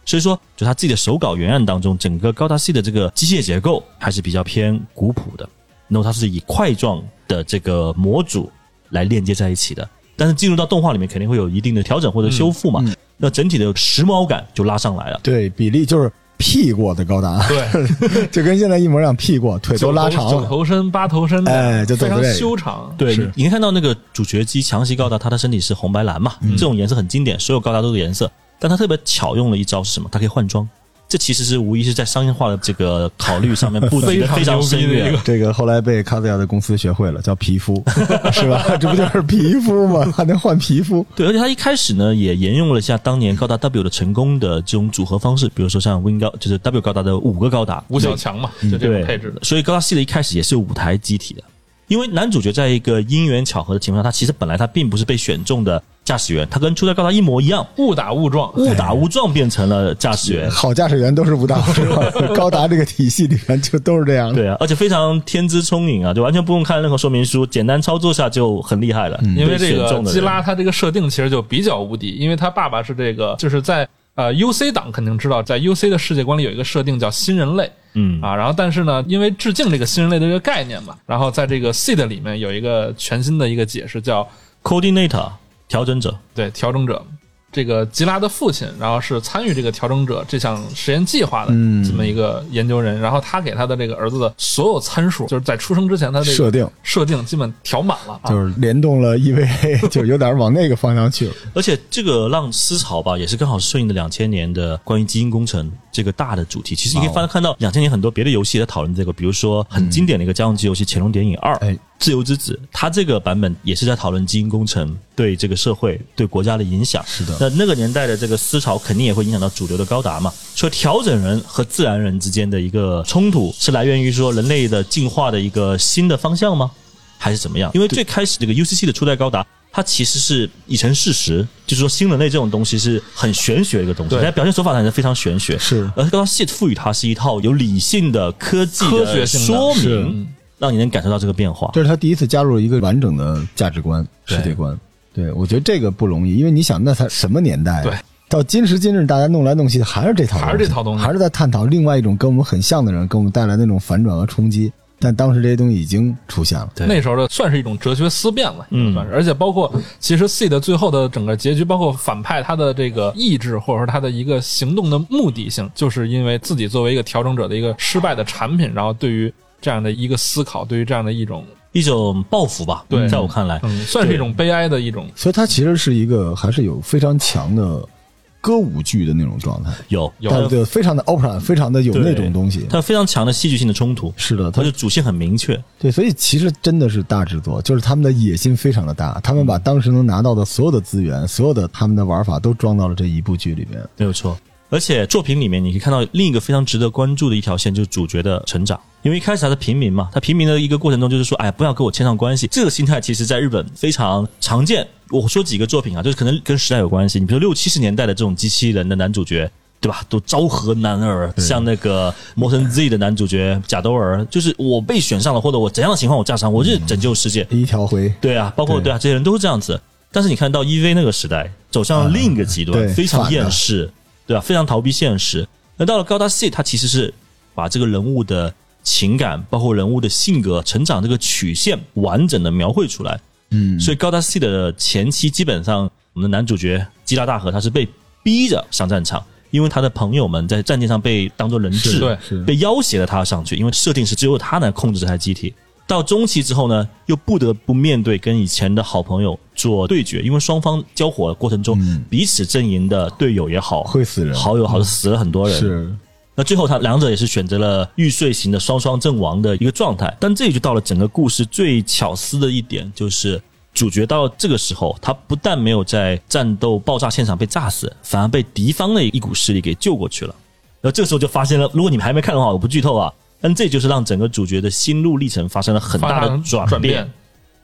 所以说，就他自己的手稿原案当中，整个高达系的这个机械结构还是比较偏古朴的。然后它是以块状的这个模组来链接在一起的，但是进入到动画里面肯定会有一定的调整或者修复嘛，
嗯嗯
那整体的时髦感就拉上来了。
对，比例就是 P 过的高达，
对，
就跟现在一模一样，P 过，腿都拉长
九头九
了。
头身、八头身的，
哎就
非
对
常
对
修长。
对，
是
你你看到那个主角机强袭高达，它的身体是红白蓝
嗯
嘛，这种颜色很经典，所有高达都是颜色。但它特别巧用了一招是什么？它可以换装。这其实是无疑是在商业化的这个考虑上面布局的非
非常
常
牛逼的
深
一
远
个。
这个后来被卡斯亚的公司学会了，叫皮肤， 是吧？这不就是皮肤吗？ 还能换皮肤？
对，而且他一开始呢，也沿用了一下当年高达 W 的成功的这种组合方式，比如说像 Win 高，就是 W 高达的五个高达，
吴小强嘛，就这
对
种配置的，
所以高达系列一开始也是有舞台机体的，因为男主角在一个因缘巧合的情况下，他其实本来他并不是被选中的驾驶员，他跟初代高达一模一样，
误打误撞，
误打误撞变成了驾驶员。
好驾驶员都是武打武装， 高达这个体系里面就都是这样的。
对啊，而且非常天资聪颖啊，就完全不用看任何说明书，简单操作下就很厉害了。
嗯因
被
为这
嗯选
个
中的
基
人
拉他这个设定其实就比较无敌，因为他爸爸是这个，就是
嗯
在呃 UC 党肯定知道，在 UC 的世界观里有一个设定叫新人类。
嗯
啊，然后但是呢，因为致敬这个新人类的这个概念嘛，然后在这个 seed 里面有一个全新的一个解释叫
coordinator 调整者，
对调整者。这个吉拉的父亲，然后是参与这个调整者这项实验计划的
嗯
这么一个研究人，然后他给他的这个儿子的所有参数，就是在出生之前他这个
设定
设定基本调满了啊，
就是联动了 EVA，就有点往那个方向去了。
而且这个浪思潮吧，也是刚好顺应了两千年的关于基因工程这个大的主题。其实你
哦
可以翻看到两千年很多别的游戏也在讨论这个，比如说很经典的一个家用机游戏《潜龙谍影二》
哎
《自由之子》，它这个版本也是在讨论基因工程对这个社会、对国家的影响。
是的
那那个年代的这个思潮肯定也会影响到主流的高达嘛。所以调整人和自然人之间的一个冲突，是来源于说人类的进化的一个新的方向吗？还是怎么样？因为最开始这个 UCC 的初代高达，它其实是已成事实，就是说新人类这种东西是很玄学的一个东西，
对
它表现手法上也是非常玄学。
是
而高达系赋予它是一套有理性的科技
科学性的
说
是
明，让你能感受到这个变化。
这是他第一次加入一个完整的价值观、
对
世界观。对，我觉得这个不容易，因为你想，那才什么年代、啊？
对，
到今时今日，大家弄来弄去还是这套，
还是这套东西
还是在探讨另外一种跟我们很像的人，给我们带来那种反转和冲击。但当时这些东西已经出现了，
对
那时候的算是一种哲学思辨了，
嗯
算是。而且包括其实 C 的最后的整个结局，包括反派他的这个意志，或者说他的一个行动的目的性，就是因为自己作为一个调整者的一个失败的产品，然后对于这样的一个思考，对于这样的一种，
一种报复吧，
对
在我看来，
嗯，算是一种悲哀的一种。
所以它其实是一个还是有非常强的歌舞剧的那种状态，
有
有
但对，非常的 opera，非常的有那种东西。
它有非常强的戏剧性的冲突，
是的，它
它的主线很明确。
对，所以其实真的是大制作，就是他们的野心非常的大，他们把当时能拿到的所有的资源、所有的他们的玩法都装到了这一部剧里边。
没有错。而且作品里面你可以看到另一个非常值得关注的一条线，就是主角的成长。因为一开始他是平民嘛，他平民的一个过程中就是说，哎，不要跟我牵上关系。这个心态其实在日本非常常见。我说几个作品啊，就是可能跟时代有关系。你比如六七十年代的这种机器人的男主角，对吧？都昭和男儿，像那个《魔神 Z》的男主角贾多尔，就是我被选上了，或者我怎样的情况我架上，我就是拯救世界。
一条回，
对啊，包括
对
对啊，这些人都是这样子。但是你看到 EV 那个时代，走向另一个极端，
对
非常
反的
厌世，对吧、啊非常逃避现实。那到了高达 C，它其实是把这个人物的情感，包括人物的性格、成长这个曲线完整的描绘出来。
嗯
所以高达 C 的前期基本上，我们的男主角基拉大河他是被逼着上战场，因为他的朋友们在战舰上被当做人质，
对
是
被要挟着他上去，因为设定是只有他能控制这台机体。到中期之后呢，又不得不面对跟以前的好朋友做对决，因为双方交火的过程中，
嗯
彼此阵营的队友也好，
会死人，
好友好像死了很多人。
是
那最后他两者也是选择了玉碎型的双双阵亡的一个状态。但这也就到了整个故事最巧思的一点，就是主角到了这个时候，他不但没有在战斗爆炸现场被炸死，反而被敌方的一股势力给救过去了。然后这个时候就发现了，如果你们还没看的话，我不剧透啊。但这就是让整个主角的心路历程发生了很
发
大的
生
转
转
变。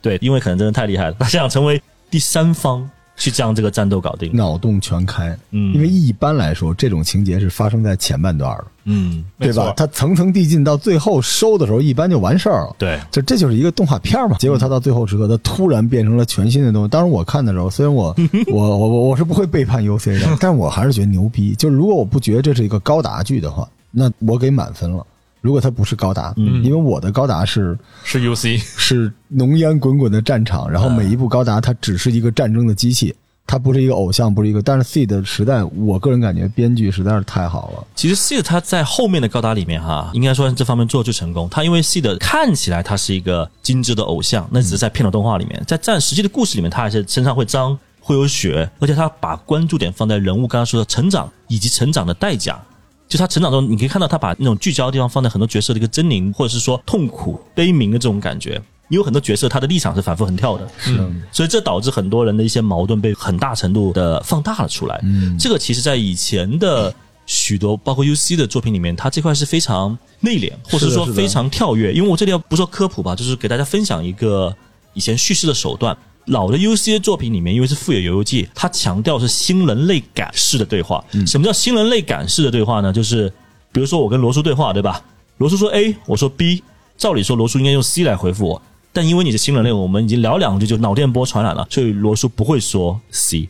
对，因为可能真的太厉害了，他想成为第三方去将这个战斗搞定。
脑洞全开。
嗯
因为一般来说，这种情节是发生在前半段的，
嗯，
对
没
吧
错？
它层层递进，到最后收的时候，一般就完事儿了。
对，
就这就是一个动画片嘛，结果它到最后时刻，它突然变成了全新的东西。当然，我看的时候，虽然我我我我我是不会背叛 UC 的，但我还是觉得牛逼。就是如果我不觉得这是一个高达剧的话，那我给满分了。如果它不是高达，
嗯
因为我的高达是
是 UC，
是浓烟滚滚的战场，然后每一部高达它只是一个战争的机器，它不是一个偶像，不是一个。但是 C 的时代，我个人感觉编剧实在是太好了。
其实 seed 它在后面的高达里面哈，应该说这方面做得最成功。它因为 seed 看起来它是一个精致的偶像，那只是在骗脑动画里面，在战实际的故事里面，它还是身上会脏会有血，而且它把关注点放在人物刚刚说的成长以及成长的代价。就他成长中，你可以看到他把那种聚焦的地方放在很多角色的一个狰狞，或者是说痛苦、悲鸣的这种感觉。因为很多角色他的立场是反复横跳的，
嗯，
所以这导致很多人的一些矛盾被很大程度的放大了出来。
嗯
这个其实在以前的许多包括 UC 的作品里面，它这块是非常内敛，或者
是的
说
是的
非常跳跃。因为我这里要不说科普吧，就是给大家分享一个以前叙事的手段。老的 UC 的作品里面，因为是富野由悠季，它强调是新人类感式的对话。什么叫新人类感式的对话呢？就是比如说我跟罗叔对话，对吧？罗叔说 A，我说 B，照理说罗叔应该用 C 来回复我，但因为你是新人类，我们已经聊两句就脑电波传染了，所以罗叔不会说 C，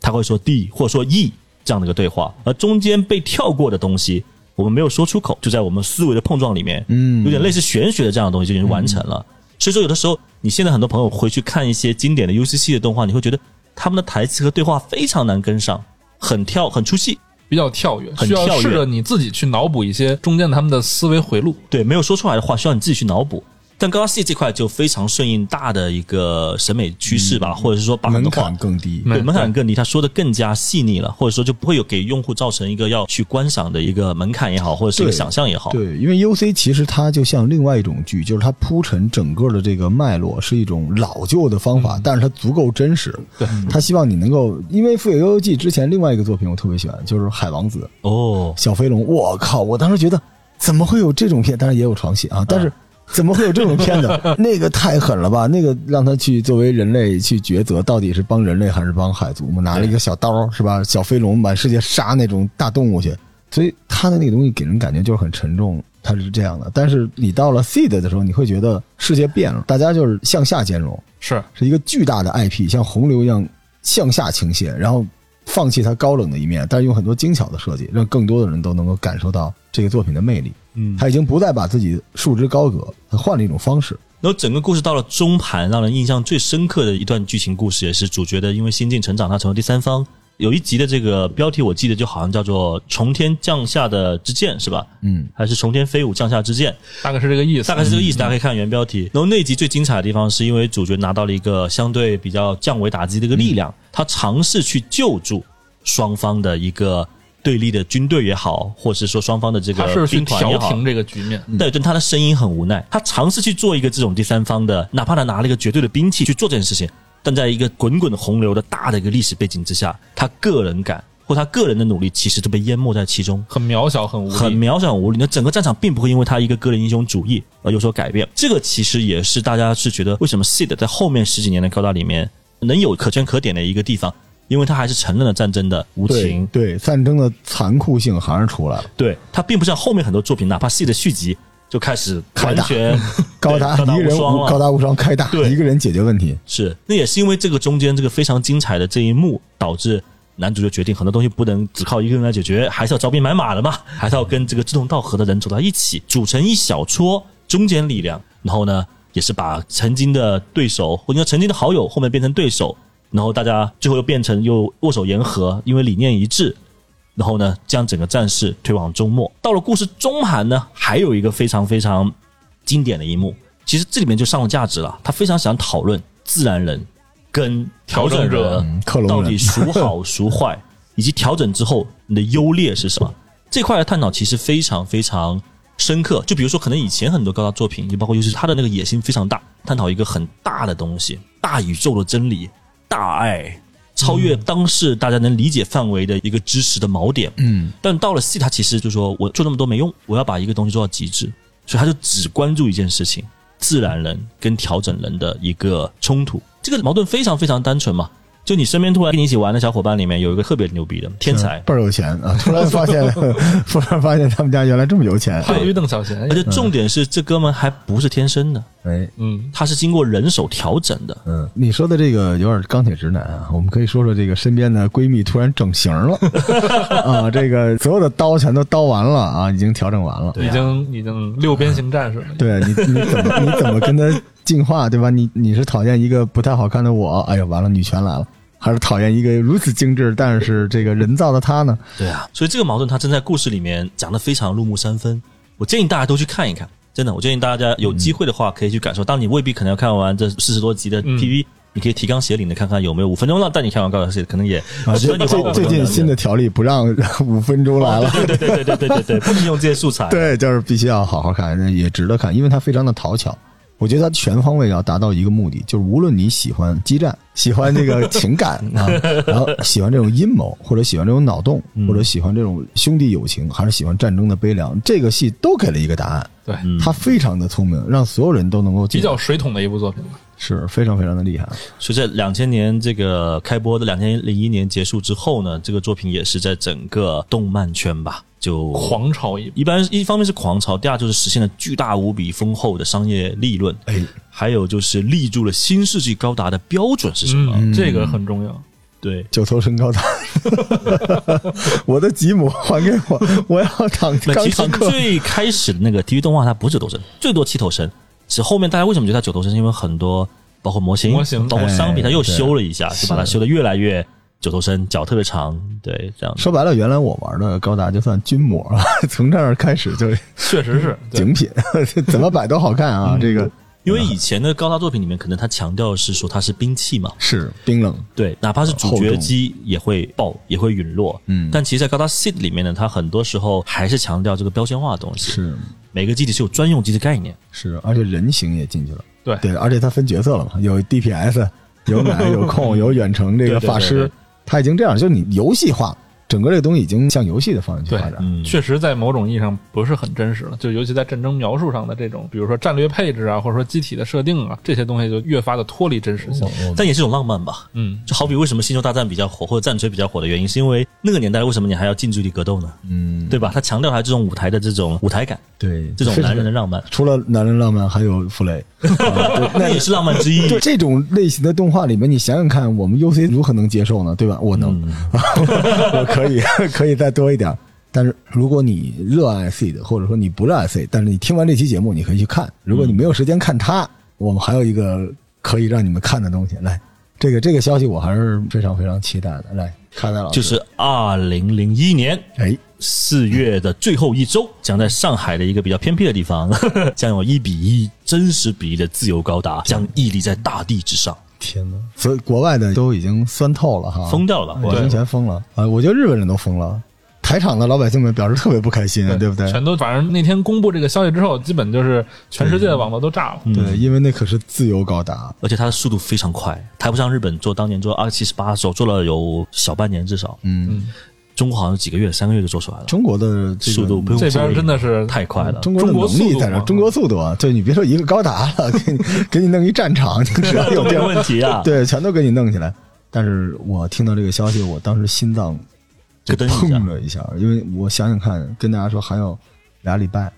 他会说 D 或者说 E 这样的一个对话，而中间被跳过的东西，我们没有说出口，就在我们思维的碰撞里面，
嗯
有点类似玄学的这样的东西就已经完成了。所以说，有的时候你现在很多朋友回去看一些经典的 UCC 的动画，你会觉得他们的台词和对话非常难跟上，很跳很出戏，
比较跳跃，
很
需要
跳跃
试着你自己去脑补一些中间他们的思维回路。
对，没有说出来的话，需要你自己去脑补。但高达系这块就非常顺应大的一个审美趋势吧，或者是说把很
嗯门
多话
槛更低，
对
嗯
门槛更低，他说的更加细腻了，或者说就不会有给用户造成一个要去观赏的一个门槛也好，或者是一个
对
想象也好。
对，因为 U C 其实它就像另外一种剧，就是它铺陈整个的这个脉络是一种老旧的方法，但是它足够真实。
对，
它希望你能够，因为《富野悠悠记》之前另外一个作品我特别喜欢，就是《海王子》
哦，
小飞龙。我靠！我当时觉得怎么会有这种片？当然也有床戏啊，但是。怎么会有这种片子？那个太狠了吧！那个让他去作为人类去抉择，到底是帮人类还是帮海族嘛？拿了一个小刀是吧？小飞龙满世界杀那种大动物去，所以他的那个东西给人感觉就是很沉重，它是这样的。但是你到了 seed 的时候，你会觉得世界变了，大家就是向下兼容，
是
是一个巨大的 IP，像洪流一样向下倾泻，然后放弃它高冷的一面，但是用很多精巧的设计，让更多的人都能够感受到这个作品的魅力。
嗯，
他已经不再把自己束之高阁，他换了一种方式。
然后整个故事到了中盘，让人印象最深刻的一段剧情故事，也是主角的因为心境成长，他成为第三方。有一集的这个标题我记得就好像叫做“从天降下的之剑”是吧？
嗯，
还是“从天飞舞降下之剑”？
大概是这个意思，
大概是这个意思，大家可以看原标题。然后那集最精彩的地方，是因为主角拿到了一个相对比较降维打击的一个力
嗯
量，他尝试去救助双方的一个对立的军队也好，或是说双方的这
他
个
是去
兵团也
调
好。
停这个局面。
对，但他的声音很无奈，他尝试去做一个这种第三方的，哪怕他拿了一个绝对的兵器去做这件事情，但在一个滚滚洪流的大的一个历史背景之下，他个人感或他个人的努力其实都被淹没在其中。
很渺小，很无
很
力。
渺小无力。那整个战场并不会因为他一个个人英雄主义而有所改变。这个其实也是大家是觉得为什么 Seed 在后面十几年的高达里面能有可圈可点的一个地方，因为他还是承认了战争的无
对
情。
对，战争的残酷性还是出来了。
对，他并不像后面很多作品，哪怕 Seed 续集就开始
开
完
打
全
高达
对高达
一个人
无双了
高达无双开大，
对
一个人解决问题。
是，那也是因为这个中间这个非常精彩的这一幕，导致男主角决定很多东西不能只靠一个人来解决，还是要招兵买马的嘛，还是要跟这个志同道合的人走到一起，组成一小撮中间力量，然后呢，也是把曾经的对手，或者说曾经的好友，后面变成对手，然后大家最后又变成又握手言和，因为理念一致，然后呢，将整个战事推往终末。到了故事中盘呢，还有一个非常非常经典的一幕，其实这里面就上了价值了。他非常想讨论自然人跟调整
调整者
者
嗯克隆 人
到底孰好孰坏，以及调整之后你的优劣是什么。这块的探讨其实非常非常深刻。就比如说，可能以前很多高达作品，就包括尤其是他的那个野心非常大，探讨一个很大的东西，大宇宙的真理、大爱，超越当时大家能理解范围的一个知识的锚点。
嗯，
但到了 C，他其实就说我做那么多没用，我要把一个东西做到极致，所以他就只关注一件事情：自然人跟调整人的一个冲突。这个矛盾非常非常单纯嘛。就你身边突然跟你一起玩的小伙伴里面有一个特别牛逼的天才，
倍儿有钱啊！突然发现， 突然发现他们家原来这么有钱。
潘于邓小闲
而，且重点是这哥们还不是天生的，
哎，
嗯，
他是经过人手调整的。
嗯，你说的这个有点钢铁直男啊，我们可以说说这个身边的闺蜜突然整形了啊，这个所有的刀全都刀完了啊，嗯已经调整完了。
已经已经六边形战士了，
对你你怎么你怎么跟她进化对吧？你你是讨厌一个不太好看的我，哎呀完了女权来了，还是讨厌一个如此精致但是这个人造的她呢？
对啊，所以这个矛盾他真在故事里面讲的非常入木三分。我建议大家都去看一看，真的，我建议大家有机会的话可以去感受。当然你未必可能要看完这四十多集的 PV，、你可以提纲挈领的看看有没有五分钟了带你看完高达系，可能也
啊，
虽
最
然你花五分
最最
钟
近
了
新的条例不让 五分钟来了。
对对对对对对对对，不能用这些素材。
对，就是必须要好好看，那也值得看，因为它非常的讨巧。我觉得它全方位要达到一个目的，就是无论你喜欢激战，喜欢这个情感啊，然后喜欢这种阴谋，或者喜欢这种脑洞，或者喜欢这种兄弟友情，还是喜欢战争的悲凉，这个戏都给了一个答案。
对，
嗯
他非常的聪明，让所有人都能够
比
进，
较水桶的一部作品吧。
是非常非常的厉害。
随着两千年这个开播的两千零一年结束之后呢，这个作品也是在整个动漫圈吧就
狂潮一部，
一般一方面是狂潮，第二就是实现了巨大无比丰厚的商业利润，
哎
还有就是立住了新世纪高达的标准是什么？
嗯，这个很重要。
对，
九头身高达， 我的吉姆还给我，我要躺
那
钢
其实
坦克。
最开始的那个体育动画它不是九头身，最多七头身。只后面大家为什么觉得它九头身，是因为很多包括模型、
模型
包括商品，它
哎
又
对
修了一下，就把它
是
修的越来越九头身，脚特别长，对，这样子。
说白了，原来我玩的高达就算军模了， 从这儿开始就是
确实是，对
精品， 怎么摆都好看
嗯
啊！这个
因为以前的高达作品里面，可能它强调的是说它是兵器嘛，
是冰冷，
对，哪怕是主角机也会爆，也会陨落。
嗯
但其实，在高达 Seed 里面呢，它很多时候还是强调这个标签化的东西。
是
每个机体是有专用机的概念，
是，而且人形也进去了，
对
对，而且它分角色了嘛，有 DPS，有 奶，有控，有远程这
对对
个
对
法
对
师
对，
他已经这样，就是你游戏化，整个这个东西已经向游戏的方向去发展，
嗯，
确实在某种意义上不是很真实了，就尤其在战争描述上的这种，比如说战略配置啊，或者说机体的设定啊，这些东西就越发的脱离真实
哦
性。
但也是一种浪漫吧。
嗯，
就好比为什么《星球大战》比较火，或者《战锤》比较火的原因，是因为那个年代为什么你还要近距离格斗呢？
嗯，
对吧？它强调它这种舞台的这种舞台感，
对，
这种
非常
男人的浪漫，
除了男人浪漫，还有傅雷。
那也是浪漫之一。
就这种类型的动画里面，你想想看，我们 UC 如何能接受呢？对吧？我能， 我可以， 可以再多一点。但是如果你热爱 seed，或者说你不热爱 seed，但是你听完这期节目，你可以去看。如果你没有时间看它，我们还有一个可以让你们看的东西。来，这个这个消息我还是非常非常期待的。来，看到老 师，
就是二零零一年
哎，
四月的最后一周，将在上海的一个比较偏僻的地方， 将有一比一真实比例的自由高达将屹立在大地之上，
天哪！所以国外的都已经酸透了哈，
疯掉了吧？
已经全疯了啊！我觉得日本人都疯了，台场的老百姓们表示特别不开心，啊对不对？
全都，反正那天公布这个消息之后，基本就是全世界的网络都炸了。
对，因为那可是自由高达，
而且它的速度非常快，抬不上日本做当年做二七十八手做了有小半年至少，
嗯，
中国好像几个月三个月就做出来了，
中国的这个
速度不用
这
质
边
疑
真的是
嗯太快了。
中国的能力在这儿，中
中
国
国
速度啊，对你别说一个高达 了，给你给你弄一战场，你只要有地
这个
儿，
问题啊，
对，全都给你弄起来。但是咯听到这个消息，我当时心脏就
咯噔一下
砰了一下，因为我想想看，跟大家说还有俩礼拜，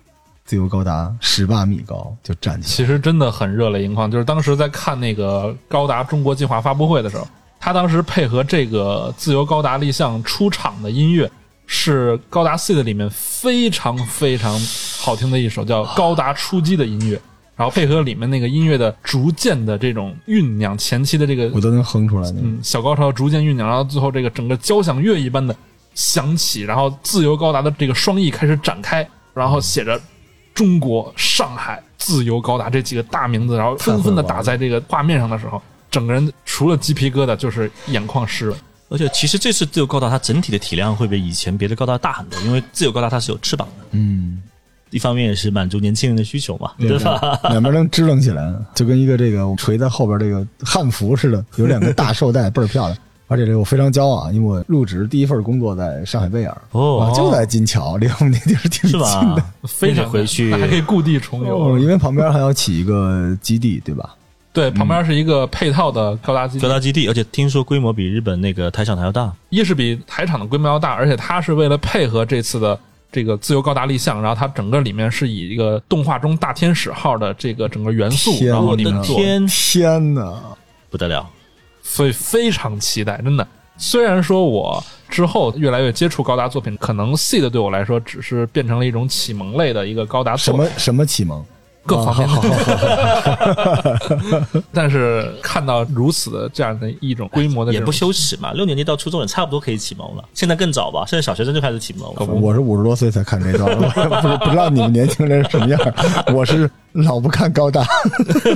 自由高达十八米高就站起来，
其实真的很热泪盈眶。就是当时在看那个高达中国计划发布会的时候，他当时配合这个自由高达立项出场的音乐是高达 seed 里面非常非常好听的一首叫《高达出击》的音乐。然后配合里面那个音乐的逐渐的这种酝酿，前期的这个
我都能哼出来那个。
嗯小高潮逐渐酝酿，然后最后这个整个交响乐一般的响起，然后自由高达的这个双翼开始展开，然后写着“中国上海自由高达”这几个大名字，然后纷纷的打在这个画面上的时候，整个人除了鸡皮疙瘩就是眼眶湿润。
而且其实这次自由高达它整体的体量会比以前别的高达大很多，因为自由高达它是有翅膀的，
嗯，
一方面也是满足年轻人的需求嘛，对吧？
两边能支棱起来，就跟一个这个垂在后边这个汉服似的，有两个大绶带，倍儿漂亮。而且这个我非常骄傲，啊因为我入职第一份工作在上海贝尔，
哦
啊就在金桥，离我们那地儿挺
是
近
吧
的。？
非
那
常
得回去
那还可以故地重游。
哦因为旁边还要起一个基地，对吧？
对，旁边是一个配套的高达基地
高，达基地，而且听说规模比日本那个台场还要大。
一是比台场的规模要大，而且它是为了配合这次的这个自由高达立项，然后它整个里面是以一个动画中大天使号的这个整个元素，
天
然后
我
里面
的
做，
天，
天哪！
不得了！
所以非常期待，真的。虽然说我之后越来越接触高达作品，可能 C 的对我来说只是变成了一种启蒙类的一个高达
什
作品
么，什么启蒙？
各方面
啊好好好好
但是看到如此的这样的一种规模的这
也
种
不羞耻嘛，六年级到初中也差不多可以启蒙了，现在更早吧？现在小学生就开始启蒙了。
啊哦我是五十多岁才看这段， 我也不不知道你们年轻人什么样。我是老不看高达，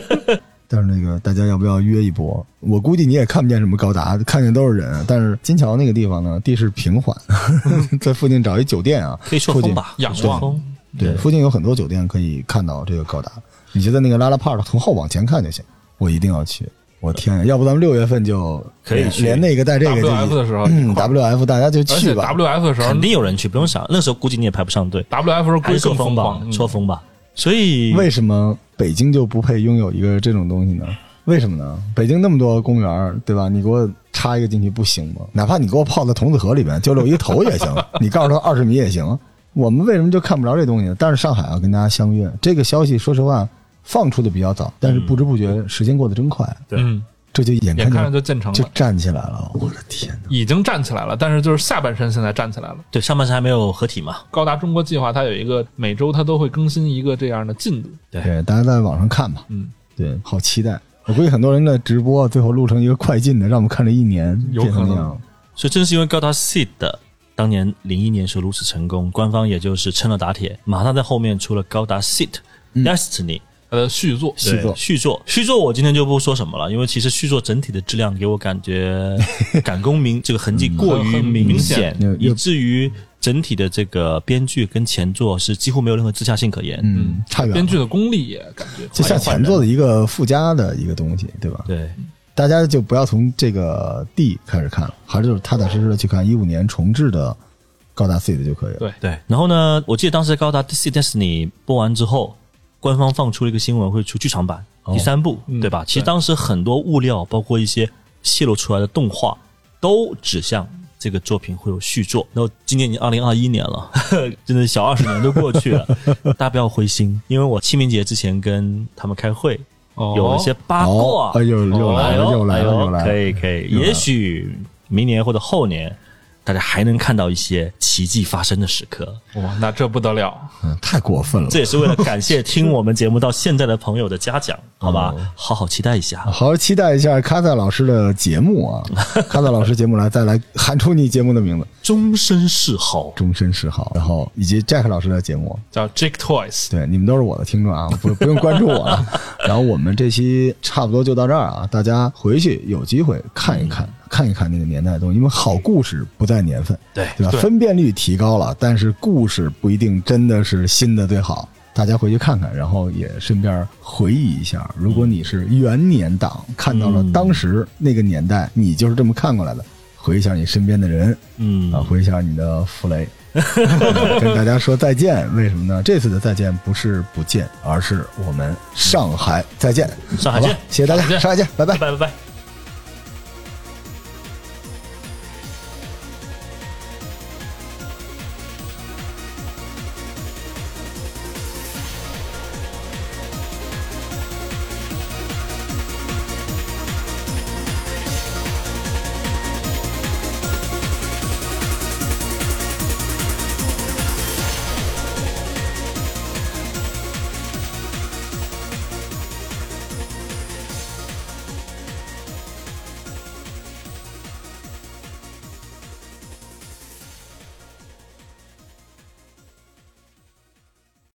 但是那个大家要不要约一波？我估计你也看不见什么高达，看见都是人。啊但是金桥那个地方呢，地势平缓， 在附近找一酒店啊，
可以顺风吧，嗯
仰
顺
望
风。
对，附近有很多酒店可以看到这个高达，你就在那个拉拉 park 从后往前看就行。我一定要去，我天呀！要不咱们六月份就
可以
连
去
连那个带这个就
WF 的时候
嗯，WF 大家就
而
去
且
吧。
WF 的时候
肯定有人去，不用想，那时候估计你也排不上队，
，WF 时候
还
规
是抽
更疯
风吧
狂，，嗯
抽风吧。所以
为什么北京就不配拥有一个这种东西呢？为什么呢？北京那么多公园儿，对吧？你给我插一个进去不行吗？哪怕你给我泡在童子河里边，就露一个头也 行，你告诉他二十米也行。我们为什么就看不着这东西呢？但是上海啊，跟大家相约这个消息，说实话放出的比较早，但是不知不觉时间过得真快，
对
嗯，
这就眼
眼看着
看
就建成
就
了。
站起来了。我的天哪！
已经站起来了，但是就是下半身现在站起来了。
对上半身还没有合体嘛？
高达中国计划它有一个每周它都会更新一个这样的进度，
对，
对，大家在网上看吧。
嗯，
对，好期待。我估计很多人的直播最后录成一个快进的，让我们看这一年
有
变成
可
那
能
样。
所以正是因为高达 seed 当年零一年时候如此成功，官方也就是撑了打铁，马上在后面出了高达 seed destiny。
它的续作
续作
对续作，续作，我今天就不说什么了，因为其实续作整体的质量给我感觉赶工明这个痕迹过于
很
明
明
显
显，
有有
以至于整体的这个编剧跟前作是几乎没有任何自洽性可言。
嗯，差远
编
了。
剧的功力也感觉
就像前作的一个附加的一个东西，对吧？
对，
大家就不要从这个 D 开始看了，还是就是踏踏实实的去看一五年重置的高达 C 的就可以了。
对
对，然后呢，我记得当时高达《DC Destiny》播完之后，官方放出了一个新闻，会出剧场版第三部，
嗯
对吧？其实
对
当时很多物料，包括一些泄露出来的动画，都指向这个作品会有续作。然后今年已经二零二一年了， 真的小二十年都过去了，大家不要灰心，因为我清明节之前跟他们开会，有一些八
哦
卦，，
哎呦，又
哎
来了，
呦
又来了，
哎呦
又来
可
了。
以可以，
又来了
也许明年或者后年。大家还能看到一些奇迹发生的时刻，
哇，那这不得了，
嗯，太过分了
这。也是为了感谢听我们节目到现在的朋友的嘉奖，好吧？好好期待一下。
好好期待一下卡萨老师的节目啊！卡萨老师节目来再来喊出你节目的名字
终身嗜好，
“终身嗜好”，然后以及 Jack 老师的节目，
叫 Jake Toys，
对，你们都是我的听众啊，不不用关注我了。然后我们这期差不多就到这儿啊，大家回去有机会看一看，看一看那个年代的东西，因为好故事不在年份，
对
对吧？
对
分辨率提高了，但是故事不一定真的是新的最好。大家回去看看，然后也顺便回忆一下。如果你是元年党，看到了当时那个年代，你就是这么看过来的，回忆一下你身边的人，
嗯
啊，，回一下你的傅雷，跟大家说再见。为什么呢？这次的再见不是不见，而是我们上海再见，
上海
好吧
见，
谢谢大家，
上海见
上海见，拜拜
拜。拜拜拜。